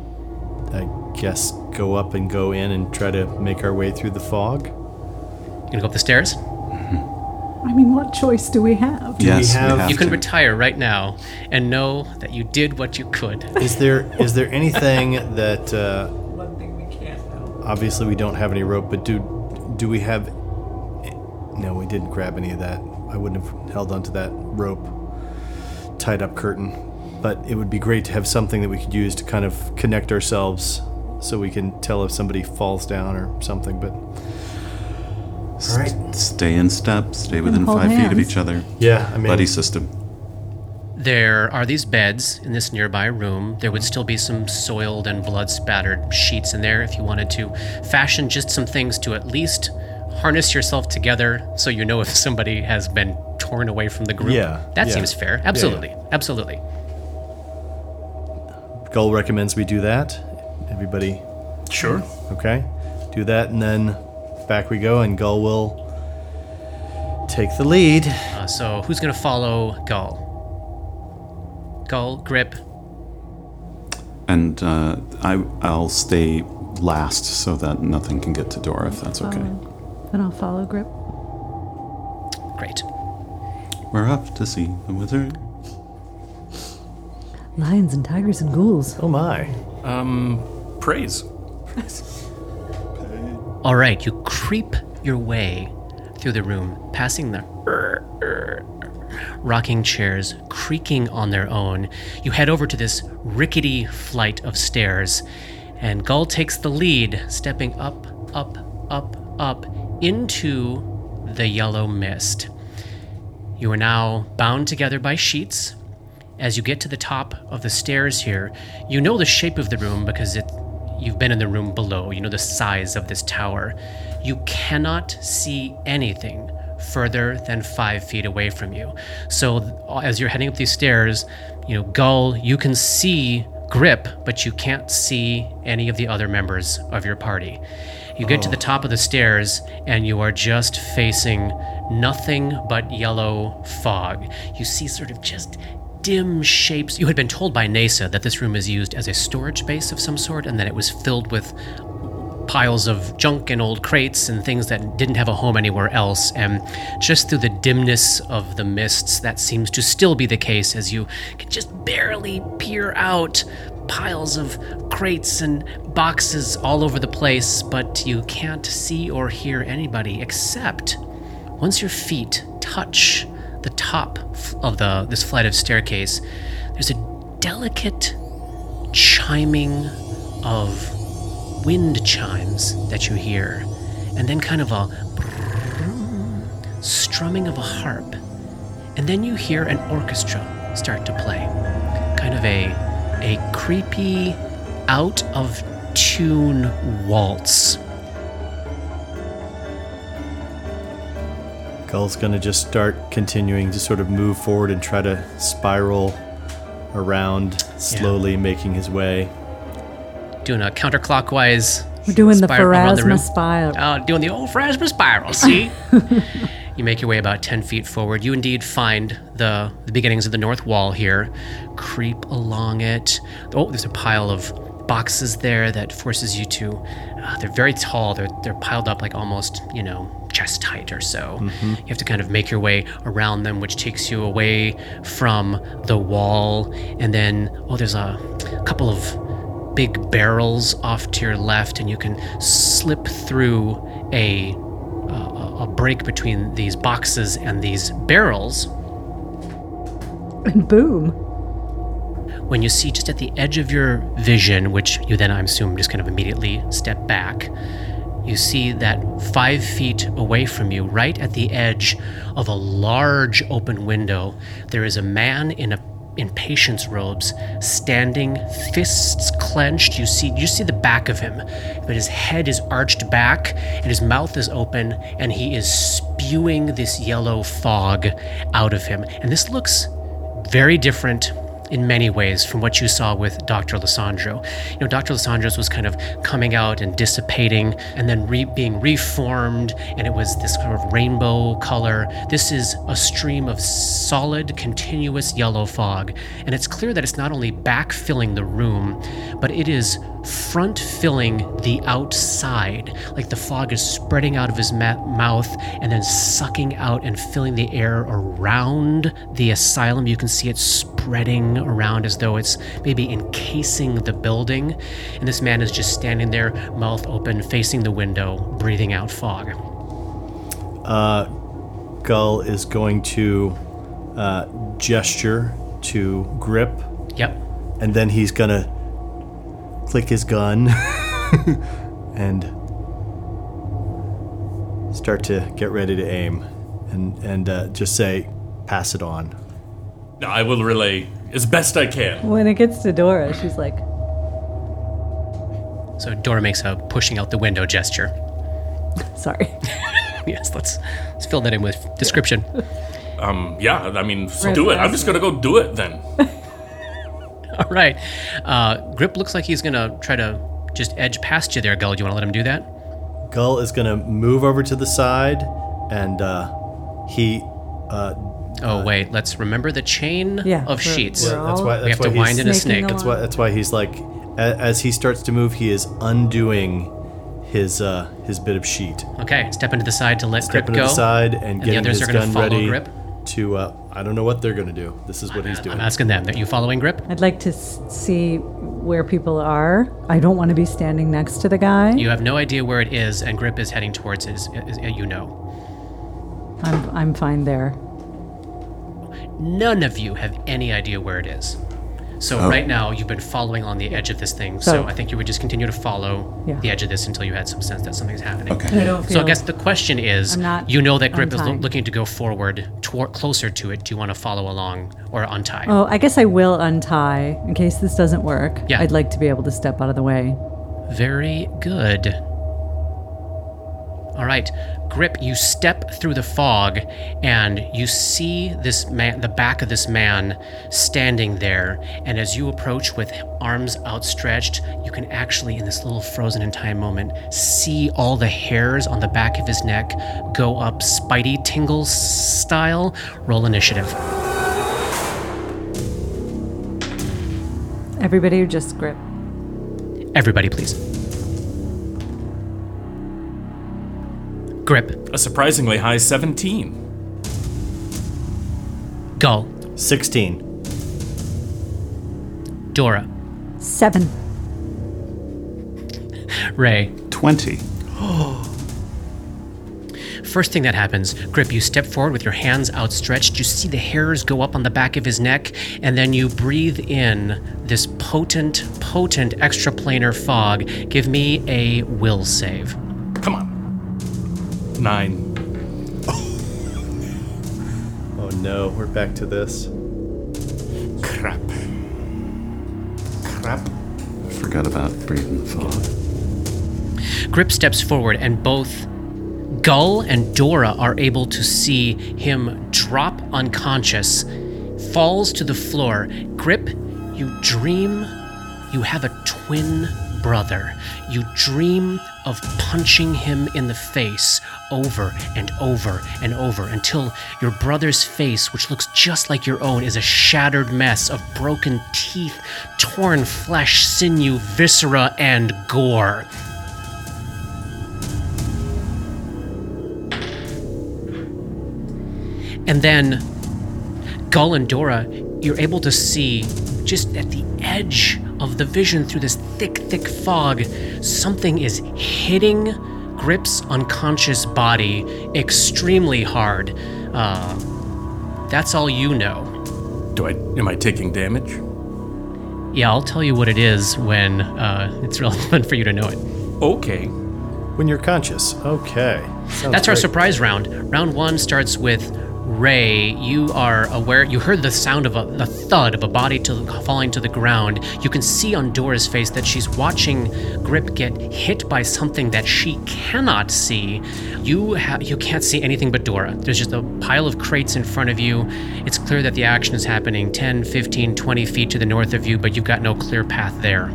Speaker 2: I guess, go up and go in and try to make our way through the fog?
Speaker 1: You gonna go up the stairs?
Speaker 7: I mean, what choice do we have?
Speaker 5: yes,
Speaker 2: have-
Speaker 5: we have
Speaker 1: You can
Speaker 5: to.
Speaker 1: retire right now and know that you did what you could.
Speaker 2: Is there is there anything that uh,
Speaker 8: One thing we can't know.
Speaker 2: obviously we don't have any rope, but do do we have? No, we didn't grab any of that. I wouldn't have held onto that rope tied up curtain, but it would be great to have something that we could use to kind of connect ourselves, so we can tell if somebody falls down or something. But
Speaker 5: All right. Stay in step, stay within
Speaker 7: hold
Speaker 5: five feet of
Speaker 7: hands.
Speaker 5: each other.
Speaker 2: yeah, I mean,
Speaker 5: Buddy system.
Speaker 1: There are these beds in this nearby room. There would still be some soiled and blood spattered sheets in there if you wanted to fashion just some things to at least harness yourself together so you know if somebody has been torn away from the group.
Speaker 2: Yeah,
Speaker 1: That
Speaker 2: yeah.
Speaker 1: seems fair. Absolutely. Absolutely.
Speaker 2: Gull recommends we do that. Everybody
Speaker 4: Sure.
Speaker 2: Okay, do that, and then back we go, and Gull will take the lead.
Speaker 1: Uh, so who's going to follow Gull? Gull, Grip.
Speaker 5: And uh, I, I'll stay last so that nothing can get to Dora if that's okay.
Speaker 7: Then I'll follow Grip.
Speaker 1: Great.
Speaker 5: We're off to see the wizard.
Speaker 7: Lions and tigers and ghouls.
Speaker 2: Oh my!
Speaker 4: Um, Praise.
Speaker 1: All right, you creep your way through the room, passing the rocking chairs creaking on their own. You head over to this rickety flight of stairs, and Gull takes the lead, stepping up, up, up, up into the yellow mist. You are now bound together by sheets. As you get to the top of the stairs here, you know the shape of the room because it you've been in the room below. You know the size of this tower. You cannot see anything further than 5 feet away from you. So th- as you're heading up these stairs, you know, Gull, you can see Grip, but you can't see any of the other members of your party. You get to the top of the stairs and you are just facing nothing but yellow fog. You see sort of just dim shapes. You had been told by NASA that this room is used as a storage base of some sort and that it was filled with piles of junk and old crates and things that didn't have a home anywhere else. And just through the dimness of the mists, that seems to still be the case as you can just barely peer out piles of crates and boxes all over the place, but you can't see or hear anybody except once your feet touch the top f- of the this flight of staircase, there's a delicate chiming of wind chimes that you hear, and then kind of a strumming of a harp. And then you hear an orchestra start to play. Kind of a a creepy out of tune waltz.
Speaker 2: Gull's gonna just start continuing to sort of move forward and try to spiral around slowly, making his way.
Speaker 1: Doing a counterclockwise
Speaker 7: We're doing the
Speaker 1: spiral around the room.
Speaker 7: Pharasma spiral.
Speaker 1: Uh, doing the old Frasma spiral, see? you make your way about 10 feet forward. You indeed find the, the beginnings of the north wall here. Creep along it. Oh, there's a pile of boxes there that forces you to. Uh, they're very tall. They're, they're piled up like almost, you know, chest height or so. You have to kind of make your way around them, which takes you away from the wall. And then, oh, there's a couple of big barrels off to your left, and you can slip through a uh, a break between these boxes and these barrels.
Speaker 7: And boom.
Speaker 1: When you see just at the edge of your vision, which you then, I assume, just kind of immediately step back, you see that five feet away from you, right at the edge of a large open window, there is a man in a in patient's robes, standing, fists clenched. You see, you see the back of him, but his head is arched back, and his mouth is open, and he is spewing this yellow fog out of him. And this looks very different in many ways from what you saw with Dr. Lissandro. You know, Dr. Lissandro's was kind of coming out and dissipating and then re- being reformed, and it was this kind of rainbow color. This is a stream of solid, continuous yellow fog, and it's clear that it's not only backfilling the room, but it is front filling the outside, like the fog is spreading out of his ma- mouth and then sucking out and filling the air around the asylum. You can see it spreading around as though it's maybe encasing the building. And this man is just standing there, mouth open, facing the window, breathing out fog.
Speaker 2: Gull is going to uh, gesture to grip,
Speaker 1: Yep.
Speaker 2: and then he's gonna click his gun *laughs* and start to get ready to aim, and and uh, just say, "Pass it on."
Speaker 4: Now, I will relay as best I can.
Speaker 7: When it gets to Dora, she's like,
Speaker 1: So Dora makes a pushing out the window gesture. *laughs*
Speaker 7: sorry.
Speaker 1: yes, let's, let's fill that in with description.
Speaker 4: Um, yeah, I mean, so do it. I'm just gonna go do it then.
Speaker 1: All right. Uh, Grip looks like he's going to try to just edge past you there, Gull. Do you want to let him do that?
Speaker 2: Gull is gonna move over to the side, and uh, he. Uh,
Speaker 1: Oh, wait. Let's remember the chain
Speaker 7: Yeah,
Speaker 1: of
Speaker 7: we're-
Speaker 1: sheets.
Speaker 7: we're
Speaker 2: that's
Speaker 7: all-
Speaker 2: why. That's
Speaker 1: we have
Speaker 2: why
Speaker 1: to
Speaker 2: he's-
Speaker 1: wind in a
Speaker 7: snaking
Speaker 1: snake.
Speaker 7: along.
Speaker 2: That's why. That's why he's like, a- as he starts to move, he is undoing his uh, his bit of sheet.
Speaker 1: Okay, step into the side to let
Speaker 2: Step
Speaker 1: Grip
Speaker 2: into
Speaker 1: go.
Speaker 2: the side and, getting
Speaker 1: others
Speaker 2: his
Speaker 1: are gonna
Speaker 2: gun
Speaker 1: follow
Speaker 2: ready
Speaker 1: Grip?
Speaker 2: to. Uh, I don't know what they're gonna do. This is what he's doing.
Speaker 1: I'm asking them. Are you following Grip?
Speaker 7: I'd like to s- see where people are. I don't want to be standing next to the guy.
Speaker 1: You have no idea where it is, and Grip is heading towards his, is- uh, you know.
Speaker 7: I'm, I'm fine there.
Speaker 1: None of you have any idea where it is. So
Speaker 2: Oh.
Speaker 1: right now, you've been following along the edge of this thing. So,
Speaker 7: So-
Speaker 1: I think you would just continue to follow
Speaker 7: Yeah.
Speaker 1: the edge of this until you had some sense that something's happening.
Speaker 5: Okay.
Speaker 7: I don't feel.
Speaker 1: So I guess the question is,
Speaker 7: I'm not
Speaker 1: you know that Grip is lo-
Speaker 7: untying.
Speaker 1: looking to go forward, toward, closer to it. Do you want to follow along or untie?
Speaker 7: oh, I guess I will untie in case this doesn't work.
Speaker 1: Yeah.
Speaker 7: I'd like to be able to step out of the way.
Speaker 1: Very good. All right, Grip, you step through the fog and you see this man, the back of this man standing there. And as you approach with arms outstretched, you can actually, in this little frozen in time moment, see all the hairs on the back of his neck go up Spidey tingle style. Roll initiative.
Speaker 7: Everybody, just grip.
Speaker 1: Everybody, please. Grip,
Speaker 4: A surprisingly high 17.
Speaker 1: Gull,
Speaker 2: Sixteen.
Speaker 1: Dora,
Speaker 7: Seven.
Speaker 1: Ray.
Speaker 5: 20.
Speaker 1: First thing that happens, Grip, you step forward with your hands outstretched. You see the hairs go up on the back of his neck, and then you breathe in this potent, potent extraplanar fog. Give me a will save.
Speaker 4: Come on. Nine.
Speaker 2: Oh no, we're back to this.
Speaker 4: Crap. Crap.
Speaker 5: Forgot about breathing the fog.
Speaker 1: Grip steps forward, and both Gull and Dora are able to see him drop unconscious, falls to the floor. Grip, you dream you have a twin brother. You dream of punching him in the face over and over and over until your brother's face, which looks just like your own, is a shattered mess of broken teeth, torn flesh, sinew, viscera, and gore. And then Gull and Dora, you're able to see just at the edge of the vision through this thick, thick fog, something is hitting Grip's unconscious body extremely hard. Uh, that's all you know.
Speaker 4: Do I? Am I taking damage?
Speaker 1: Yeah, I'll tell you what it is when uh, it's *laughs* relevant for you to know it.
Speaker 4: Okay.
Speaker 2: When you're conscious. Okay. Sounds
Speaker 1: That's our
Speaker 2: great.
Speaker 1: surprise round. Round one starts with Ray. You are aware. You heard the sound of a the thud of a body to the, falling to the ground. You can see on Dora's face that she's watching Grip get hit by something that she cannot see. You ha- you can't see anything but Dora. There's just a pile of crates in front of you. It's clear that the action is happening 10, 15, 20 feet to the north of you, but you've got no clear path there.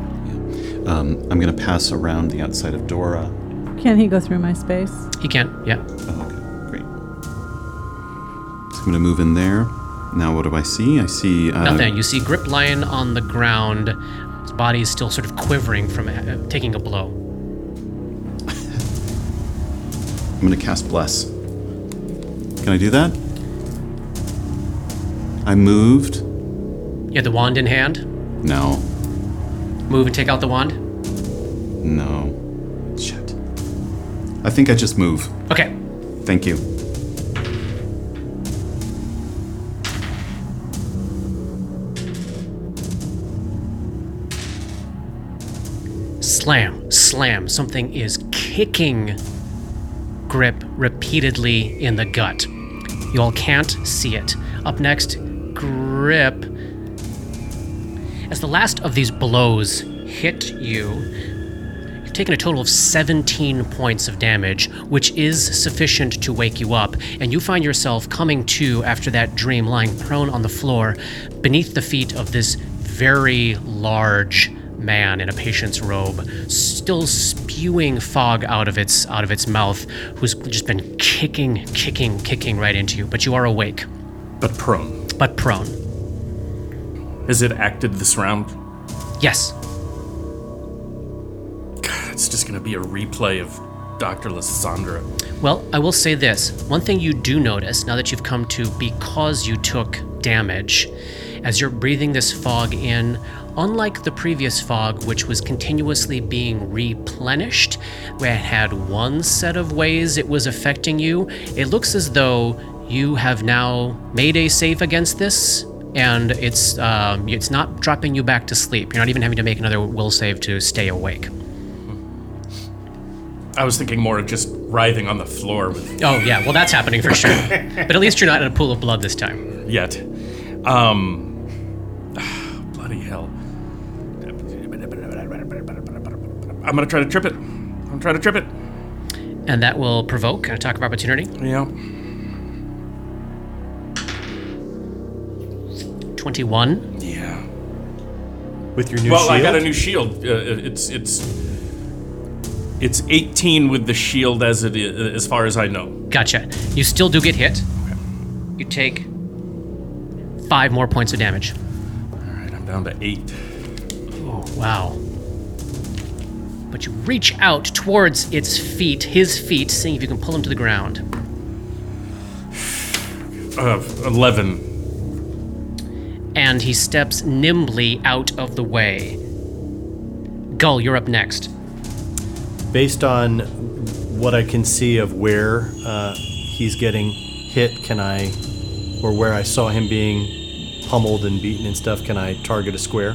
Speaker 5: Um, I'm going to pass around the outside of Dora.
Speaker 7: Can he go through my space?
Speaker 1: He can't. Yeah.
Speaker 5: Oh, okay. Great. So I'm going to move in there. Now, what do I see? I see. Uh,
Speaker 1: Nothing. You see Grip lying on the ground. His body is still sort of quivering from uh, taking a blow.
Speaker 5: I'm going to cast Bless. Can I do that? I moved.
Speaker 1: You had the wand in hand.
Speaker 5: No.
Speaker 1: Move and take out the wand.
Speaker 5: No. Shit. I think I just move.
Speaker 1: Okay.
Speaker 5: Thank you.
Speaker 1: Slam, slam. Something is kicking Grip repeatedly in the gut. You all can't see it. Up next, Grip. As the last of these blows hit you, you've taken a total of 17 points of damage, which is sufficient to wake you up, and you find yourself coming to after that dream, lying prone on the floor beneath the feet of this very large man in a patient's robe, still spewing fog out of its out of its mouth, who's just been kicking, kicking, kicking right into you. But you are awake,
Speaker 4: But prone.
Speaker 1: but prone.
Speaker 4: Has it acted this round?
Speaker 1: Yes,
Speaker 4: God, it's just gonna be a replay of Dr. Lissandra.
Speaker 1: Well, I will say this. One thing you do notice now that you've come to because you took damage, as you're breathing this fog in, unlike the previous fog, which was continuously being replenished, where it had one set of ways it was affecting you, it looks as though you have now made a save against this. And it's um, it's not dropping you back to sleep. You're not even having to make another will save to stay awake.
Speaker 4: I was thinking more of just writhing on the floor with
Speaker 1: Oh yeah, well that's happening for sure. but at least you're not in a pool of blood this time.
Speaker 4: yet. Um, *sighs* bloody hell. I'm gonna try to trip it. I'm gonna try to trip it.
Speaker 1: And that will provoke an attack of opportunity.
Speaker 4: Yeah.
Speaker 1: 21.
Speaker 4: Yeah.
Speaker 2: With your new
Speaker 4: well,
Speaker 2: shield?
Speaker 4: I got a new shield. Uh, it's it's it's 18 with the shield as it is, as far as I know.
Speaker 1: Gotcha. You still do get hit. You take five more points of damage.
Speaker 4: All right, I'm down to eight.
Speaker 1: Oh, wow. But you reach out towards its feet, his feet, seeing if you can pull him to the ground.
Speaker 4: Uh, 11.
Speaker 1: And he steps nimbly out of the way. Gull, you're up next.
Speaker 2: Based on what I can see of where uh, he's getting hit, can I, or where I saw him being pummeled and beaten and stuff, can I target a square?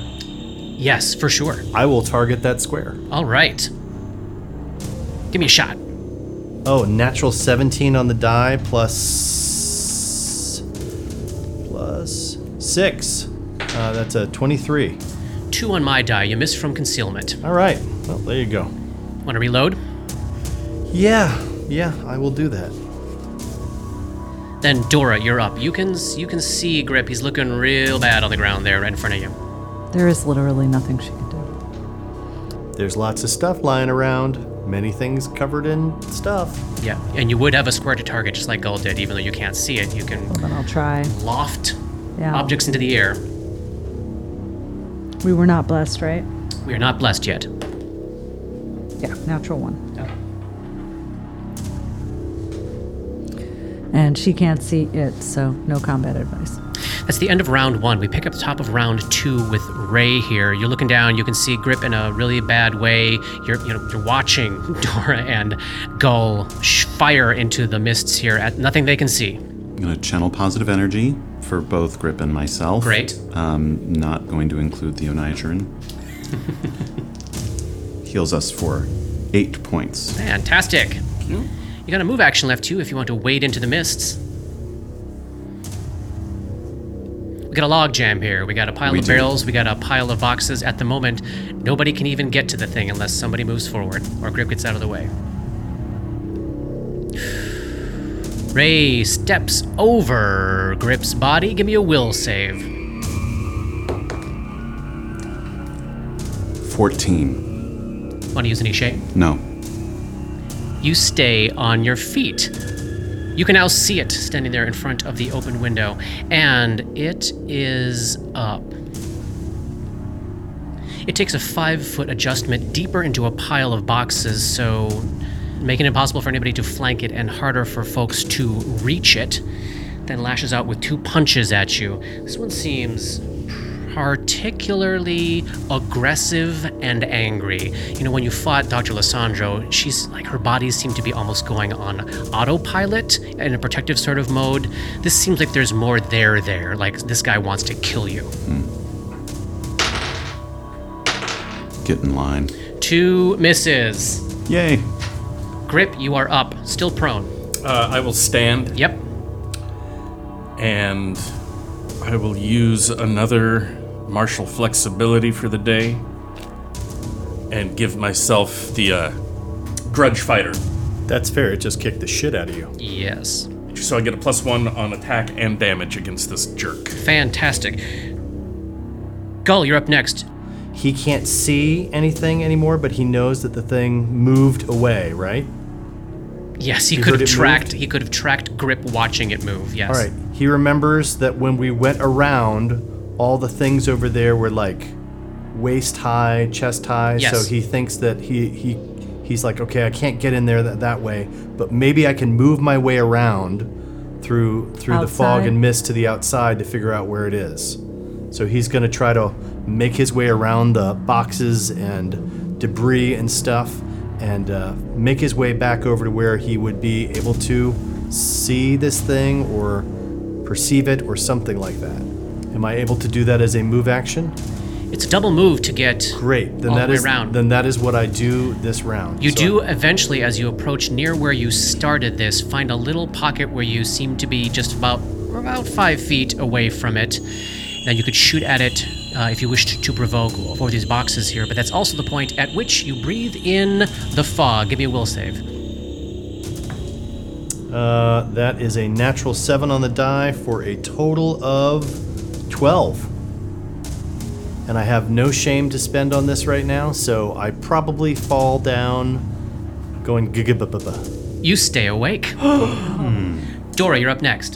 Speaker 1: Yes, for sure.
Speaker 2: I will target that square.
Speaker 1: All right. Give me a shot.
Speaker 2: Oh, natural 17 on the die plus plus 6. Uh, that's a 23.
Speaker 1: Two on my die. You missed from concealment.
Speaker 2: All right. Well, there you go.
Speaker 1: Want to reload?
Speaker 2: Yeah. Yeah, I will do that.
Speaker 1: Then Dora, you're up. You can you can see Grip. He's looking real bad on the ground there, right in front of you.
Speaker 7: There is literally nothing she can do.
Speaker 2: There's lots of stuff lying around. Many things covered in stuff.
Speaker 1: Yeah, and you would have a square to target, just like Gull did, even though you can't see it. You can
Speaker 7: But I'll try.
Speaker 1: loft
Speaker 7: Yeah.
Speaker 1: objects into the air.
Speaker 7: We were not blessed, right?
Speaker 1: We are not blessed yet.
Speaker 7: Yeah, natural one. And she can't see it, so no combat advice.
Speaker 1: That's the end of round one. We pick up the top of round two with Ray here. You're looking down. You can see Grip in a really bad way. You're you know you're watching *laughs* Dora and Gull sh- fire into the mists here at nothing they can see.
Speaker 5: I'm going to channel positive energy for both Grip and myself.
Speaker 1: Great.
Speaker 5: Um, not going to include the Onizurin. Heals us for eight points.
Speaker 1: Fantastic. You got a move action left too if you want to wade into the mists. We got a log jam here. We got a pile
Speaker 5: We
Speaker 1: of
Speaker 5: do.
Speaker 1: barrels. We got a pile of boxes. At the moment, nobody can even get to the thing unless somebody moves forward or Grip gets out of the way. Ray steps over Grip's body. Give me a will save.
Speaker 5: 14.
Speaker 1: Want to use any shape?
Speaker 5: No.
Speaker 1: You stay on your feet. You can now see it standing there in front of the open window, and it is up. It takes a five foot adjustment deeper into a pile of boxes, so making it impossible for anybody to flank it and harder for folks to reach it. Then lashes out with two punches at you. This one seems particularly aggressive and angry. You know, when you fought Dr. Lissandro, she's like her body seemed to be almost going on autopilot in a protective sort of mode. This seems like there's more there there. Like this guy wants to kill you.
Speaker 5: Get in line.
Speaker 1: Two misses.
Speaker 5: Yay.
Speaker 1: Grip, you are up. Still prone.
Speaker 4: Uh, I will stand
Speaker 1: Yep.
Speaker 4: and I will use another martial flexibility for the day and give myself the uh, grudge fighter.
Speaker 2: That's fair. It just kicked the shit out of you.
Speaker 1: Yes.
Speaker 4: So I get a plus one on attack and damage against this jerk.
Speaker 1: Fantastic. Gull, you're up next.
Speaker 2: He can't see anything anymore, but he knows that the thing moved away, right?
Speaker 1: Yes, he
Speaker 2: You
Speaker 1: could
Speaker 2: heard
Speaker 1: have
Speaker 2: it
Speaker 1: tracked.
Speaker 2: moved?
Speaker 1: He could have tracked Grip watching it move. Yes.
Speaker 2: All right. He remembers that when we went around, all the things over there were like waist high, chest high.
Speaker 1: Yes.
Speaker 2: So he thinks that he he he's like, okay, I can't get in there that, that way, but maybe I can move my way around through through the fog
Speaker 7: Outside.
Speaker 2: and mist to the outside to figure out where it is. So he's gonna try to make his way around the boxes and debris and stuff, and uh, make his way back over to where he would be able to see this thing or perceive it or something like that. Am I able to do that as a move action?
Speaker 1: It's a double move to get.
Speaker 2: Great. Then
Speaker 1: All the
Speaker 2: that
Speaker 1: way
Speaker 2: is
Speaker 1: around.
Speaker 2: then that is what I do this round.
Speaker 1: You
Speaker 2: So
Speaker 1: do eventually, as you approach near where you started this, find a little pocket where you seem to be just about about five feet away from it. Now you could shoot at it uh, if you wished to provoke over these boxes here, but that's also the point at which you breathe in the fog. Give me a will save.
Speaker 2: Uh, that is a natural seven on the die for a total of twelve. And I have no shame to spend on this right now, so I probably fall down going gigabubba.
Speaker 1: You stay awake. Dora, you're up next.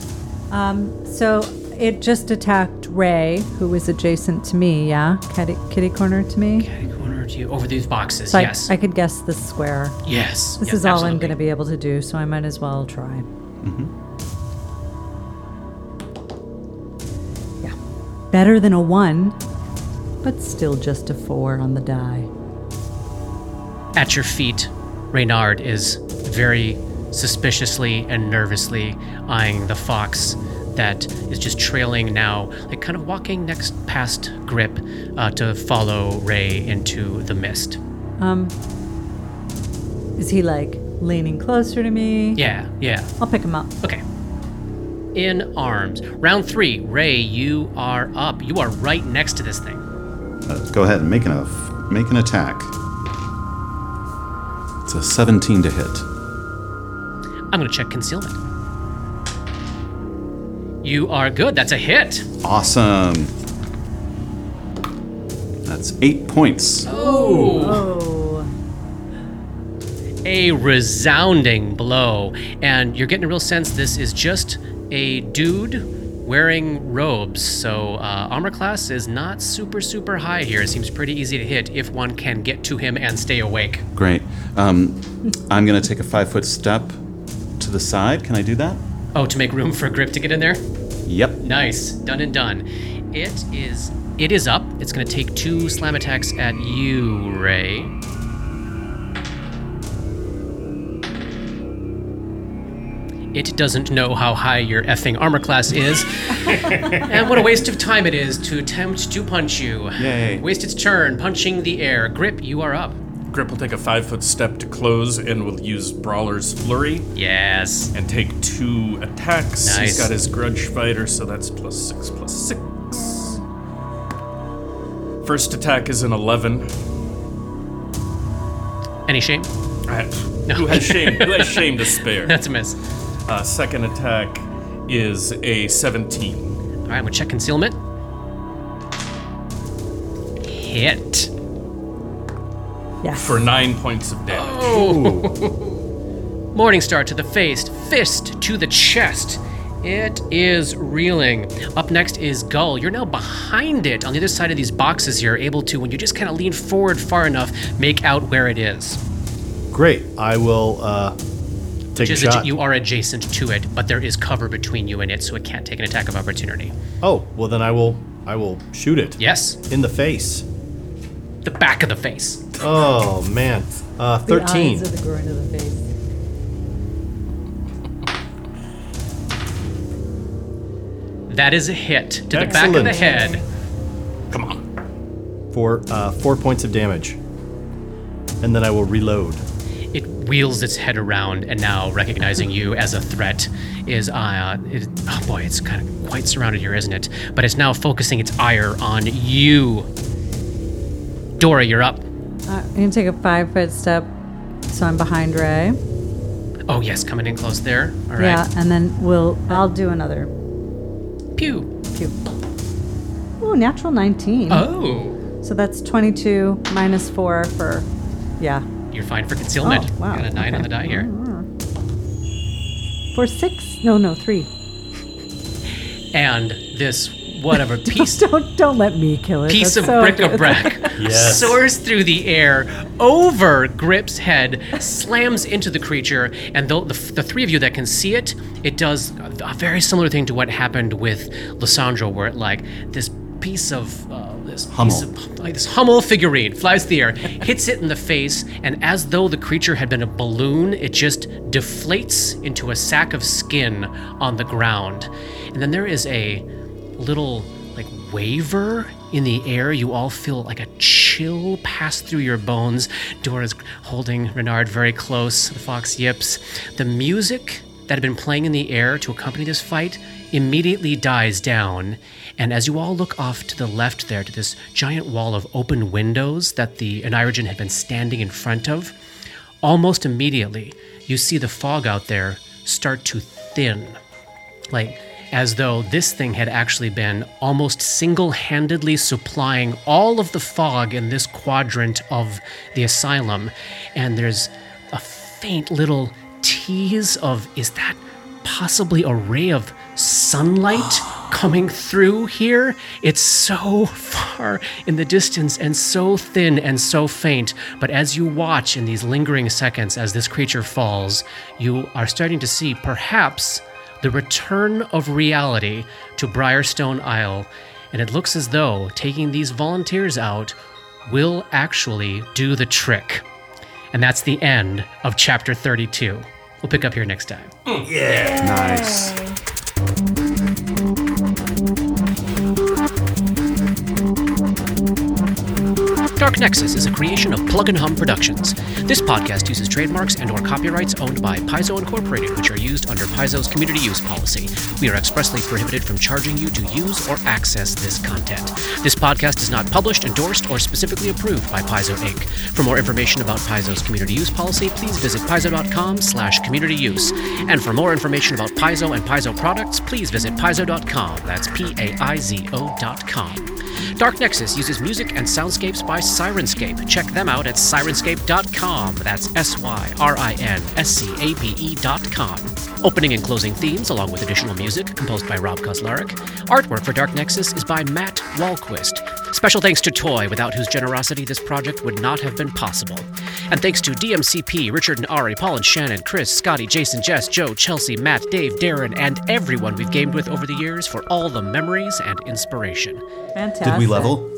Speaker 7: So it just attacked Ray, who was adjacent to me, yeah? Kitty, kitty corner to me?
Speaker 1: Take one or two over these boxes.
Speaker 7: So I-
Speaker 1: yes.
Speaker 7: I, could guess this square.
Speaker 1: yes.
Speaker 7: This
Speaker 1: Yes,
Speaker 7: is all I'm
Speaker 1: absolutely. Mm-hmm.
Speaker 7: going to be able to do, so I might as well try. Yeah. Better than a one, but still just a four on the die.
Speaker 1: At your feet, Reynard is very suspiciously and nervously eyeing the fox that is just trailing now, like kind of walking next past Grip uh, to follow Ray into the mist.
Speaker 7: Is he like leaning closer to me?
Speaker 1: Yeah, yeah.
Speaker 7: I'll pick him up.
Speaker 1: Okay. In arms. Round three, Ray, you are up. You are right next to this thing.
Speaker 5: Uh, go ahead and make an, f- make an attack. It's a 17 to hit.
Speaker 1: I'm going to check concealment. You are good. That's a hit.
Speaker 5: Awesome. That's eight points.
Speaker 7: Oh,
Speaker 1: a resounding blow. And you're getting a real sense this is just a dude wearing robes. So uh, armor class is not super, super high here. It seems pretty easy to hit if one can get to him and stay awake.
Speaker 5: Great. Um, I'm going to take a five foot step to the side. Can I do that?
Speaker 1: Oh, to make room for Grip to get in there?
Speaker 5: Yep.
Speaker 1: Nice. Done and done. It is. It is up. It's going to take two slam attacks at you, Ray. It doesn't know how high your effing armor class is. and what a waste of time it is to attempt to punch you.
Speaker 5: Yay.
Speaker 1: Waste its turn punching the air. Grip, you are up.
Speaker 4: Grip will take a five foot step to close and will use Brawler's Flurry
Speaker 1: Yes.
Speaker 4: and take two attacks.
Speaker 1: Nice.
Speaker 4: He's got his Grudge Fighter, so that's plus six, plus six. First attack is an 11.
Speaker 1: Any shame? *laughs*
Speaker 4: I- Who has shame? Who has shame to spare?
Speaker 1: That's a miss.
Speaker 4: Uh, second attack is a 17.
Speaker 1: All right, I'm gonna check concealment. Hit.
Speaker 7: yes.
Speaker 4: for nine points of damage.
Speaker 1: Morningstar to the face, fist to the chest, It is reeling. Up next is Gull. You're now behind it on the other side of these boxes here, able to, when you just kind of lean forward far enough, make out where it is.
Speaker 2: Great. I will uh, take a
Speaker 1: Just
Speaker 2: shot.
Speaker 1: that you are adjacent to it, but there is cover between you and it, so it can't take an attack of opportunity.
Speaker 2: oh, well then I will. I will shoot it.
Speaker 1: Yes,
Speaker 2: In the face.
Speaker 1: the back of the face.
Speaker 2: Oh man. Uh, Thirteen.
Speaker 7: The eyes of the groin of the face.
Speaker 1: That is a hit to the back of the
Speaker 2: Excellent.
Speaker 1: head.
Speaker 4: Come on.
Speaker 2: for uh, four points of damage, and then I will reload.
Speaker 1: It wheels its head around, and now recognizing you as a threat is, uh, it, oh boy, it's kind of quite surrounded here, isn't it? But it's now focusing its ire on you. Dora, you're up.
Speaker 7: Uh, I'm gonna take a five foot step, so I'm behind Ray.
Speaker 1: Oh yes, coming in close there. All right.
Speaker 7: Yeah, and then we'll I'll do another.
Speaker 1: Pew.
Speaker 7: Pew. Ooh, natural 19.
Speaker 1: Oh,
Speaker 7: So that's 22 minus four for, yeah,
Speaker 1: you're fine for concealment.
Speaker 7: Oh, wow.
Speaker 1: Got a nine on
Speaker 7: Okay. Mm-hmm.
Speaker 1: the die here.
Speaker 7: for six. No, no, three. *laughs*
Speaker 1: And this
Speaker 7: *laughs*
Speaker 1: whatever piece
Speaker 7: Don't don't let me kill it.
Speaker 1: piece
Speaker 7: That's
Speaker 1: of
Speaker 7: so-
Speaker 1: bric-a-brac
Speaker 7: *laughs*
Speaker 2: Yes.
Speaker 1: soars through the air over Grip's head, slams into the creature, and though the, the three of you that can see it, it does a very similar thing to what happened with Lissandra, where it like this piece of uh, this
Speaker 5: Hummel.
Speaker 1: piece of, like this Hummel figurine flies through the air, hits it in the face, and as though the creature had been a balloon, it just deflates into a sack of skin on the ground, and then there is a little like waver in the air. You all feel like a chill pass through your bones. Dora's holding Renard very close. The fox yips. The music that had been playing in the air to accompany this fight immediately dies down. And as you all look off to the left there to this giant wall of open windows that the Anirogen had been standing in front of, almost immediately you see the fog out there start to thin like as though this thing had actually been almost single-handedly supplying all of the fog in this quadrant of the asylum and there's a faint little tease of is that possibly a ray of sunlight coming through here it's so far in the distance and so thin and so faint but as you watch in these lingering seconds as this creature falls you are starting to see perhaps the return of reality to Briarstone Isle, and it looks as though taking these volunteers out will actually do the trick. And that's the end of chapter 32. We'll pick up here next time.
Speaker 5: Nice.
Speaker 1: Dark Nexus is a creation of Plug and Hum Productions. This podcast uses trademarks and or copyrights owned by Paizo Incorporated, which are used under Paizo's community use policy. We are expressly prohibited from charging you to use or access this content. This podcast is not published, endorsed, or specifically approved by Paizo Inc. For more information about Paizo's community use policy, please visit paizo.com slash community use. And for more information about Paizo and Paizo products, please visit paizo.com. That's P-A-I-Z-O dot com. Dark Nexus uses music and soundscapes by Sirenscape. Check them out at sirenscape.com. That's S Y R I N S C A P E.com. Opening and closing themes, along with additional music, composed by Rob Kozlarek. Artwork for Dark Nexus is by Matt Walquist. Special thanks to Toy, without whose generosity this project would not have been possible. And thanks to DMCP, Richard and Ari, Paul and Shannon, Chris, Scotty, Jason, Jess, Joe, Chelsea, Matt, Dave, Darren, and everyone we've gamed with over the years for all the memories and inspiration.
Speaker 7: Fantastic.
Speaker 5: Did we level?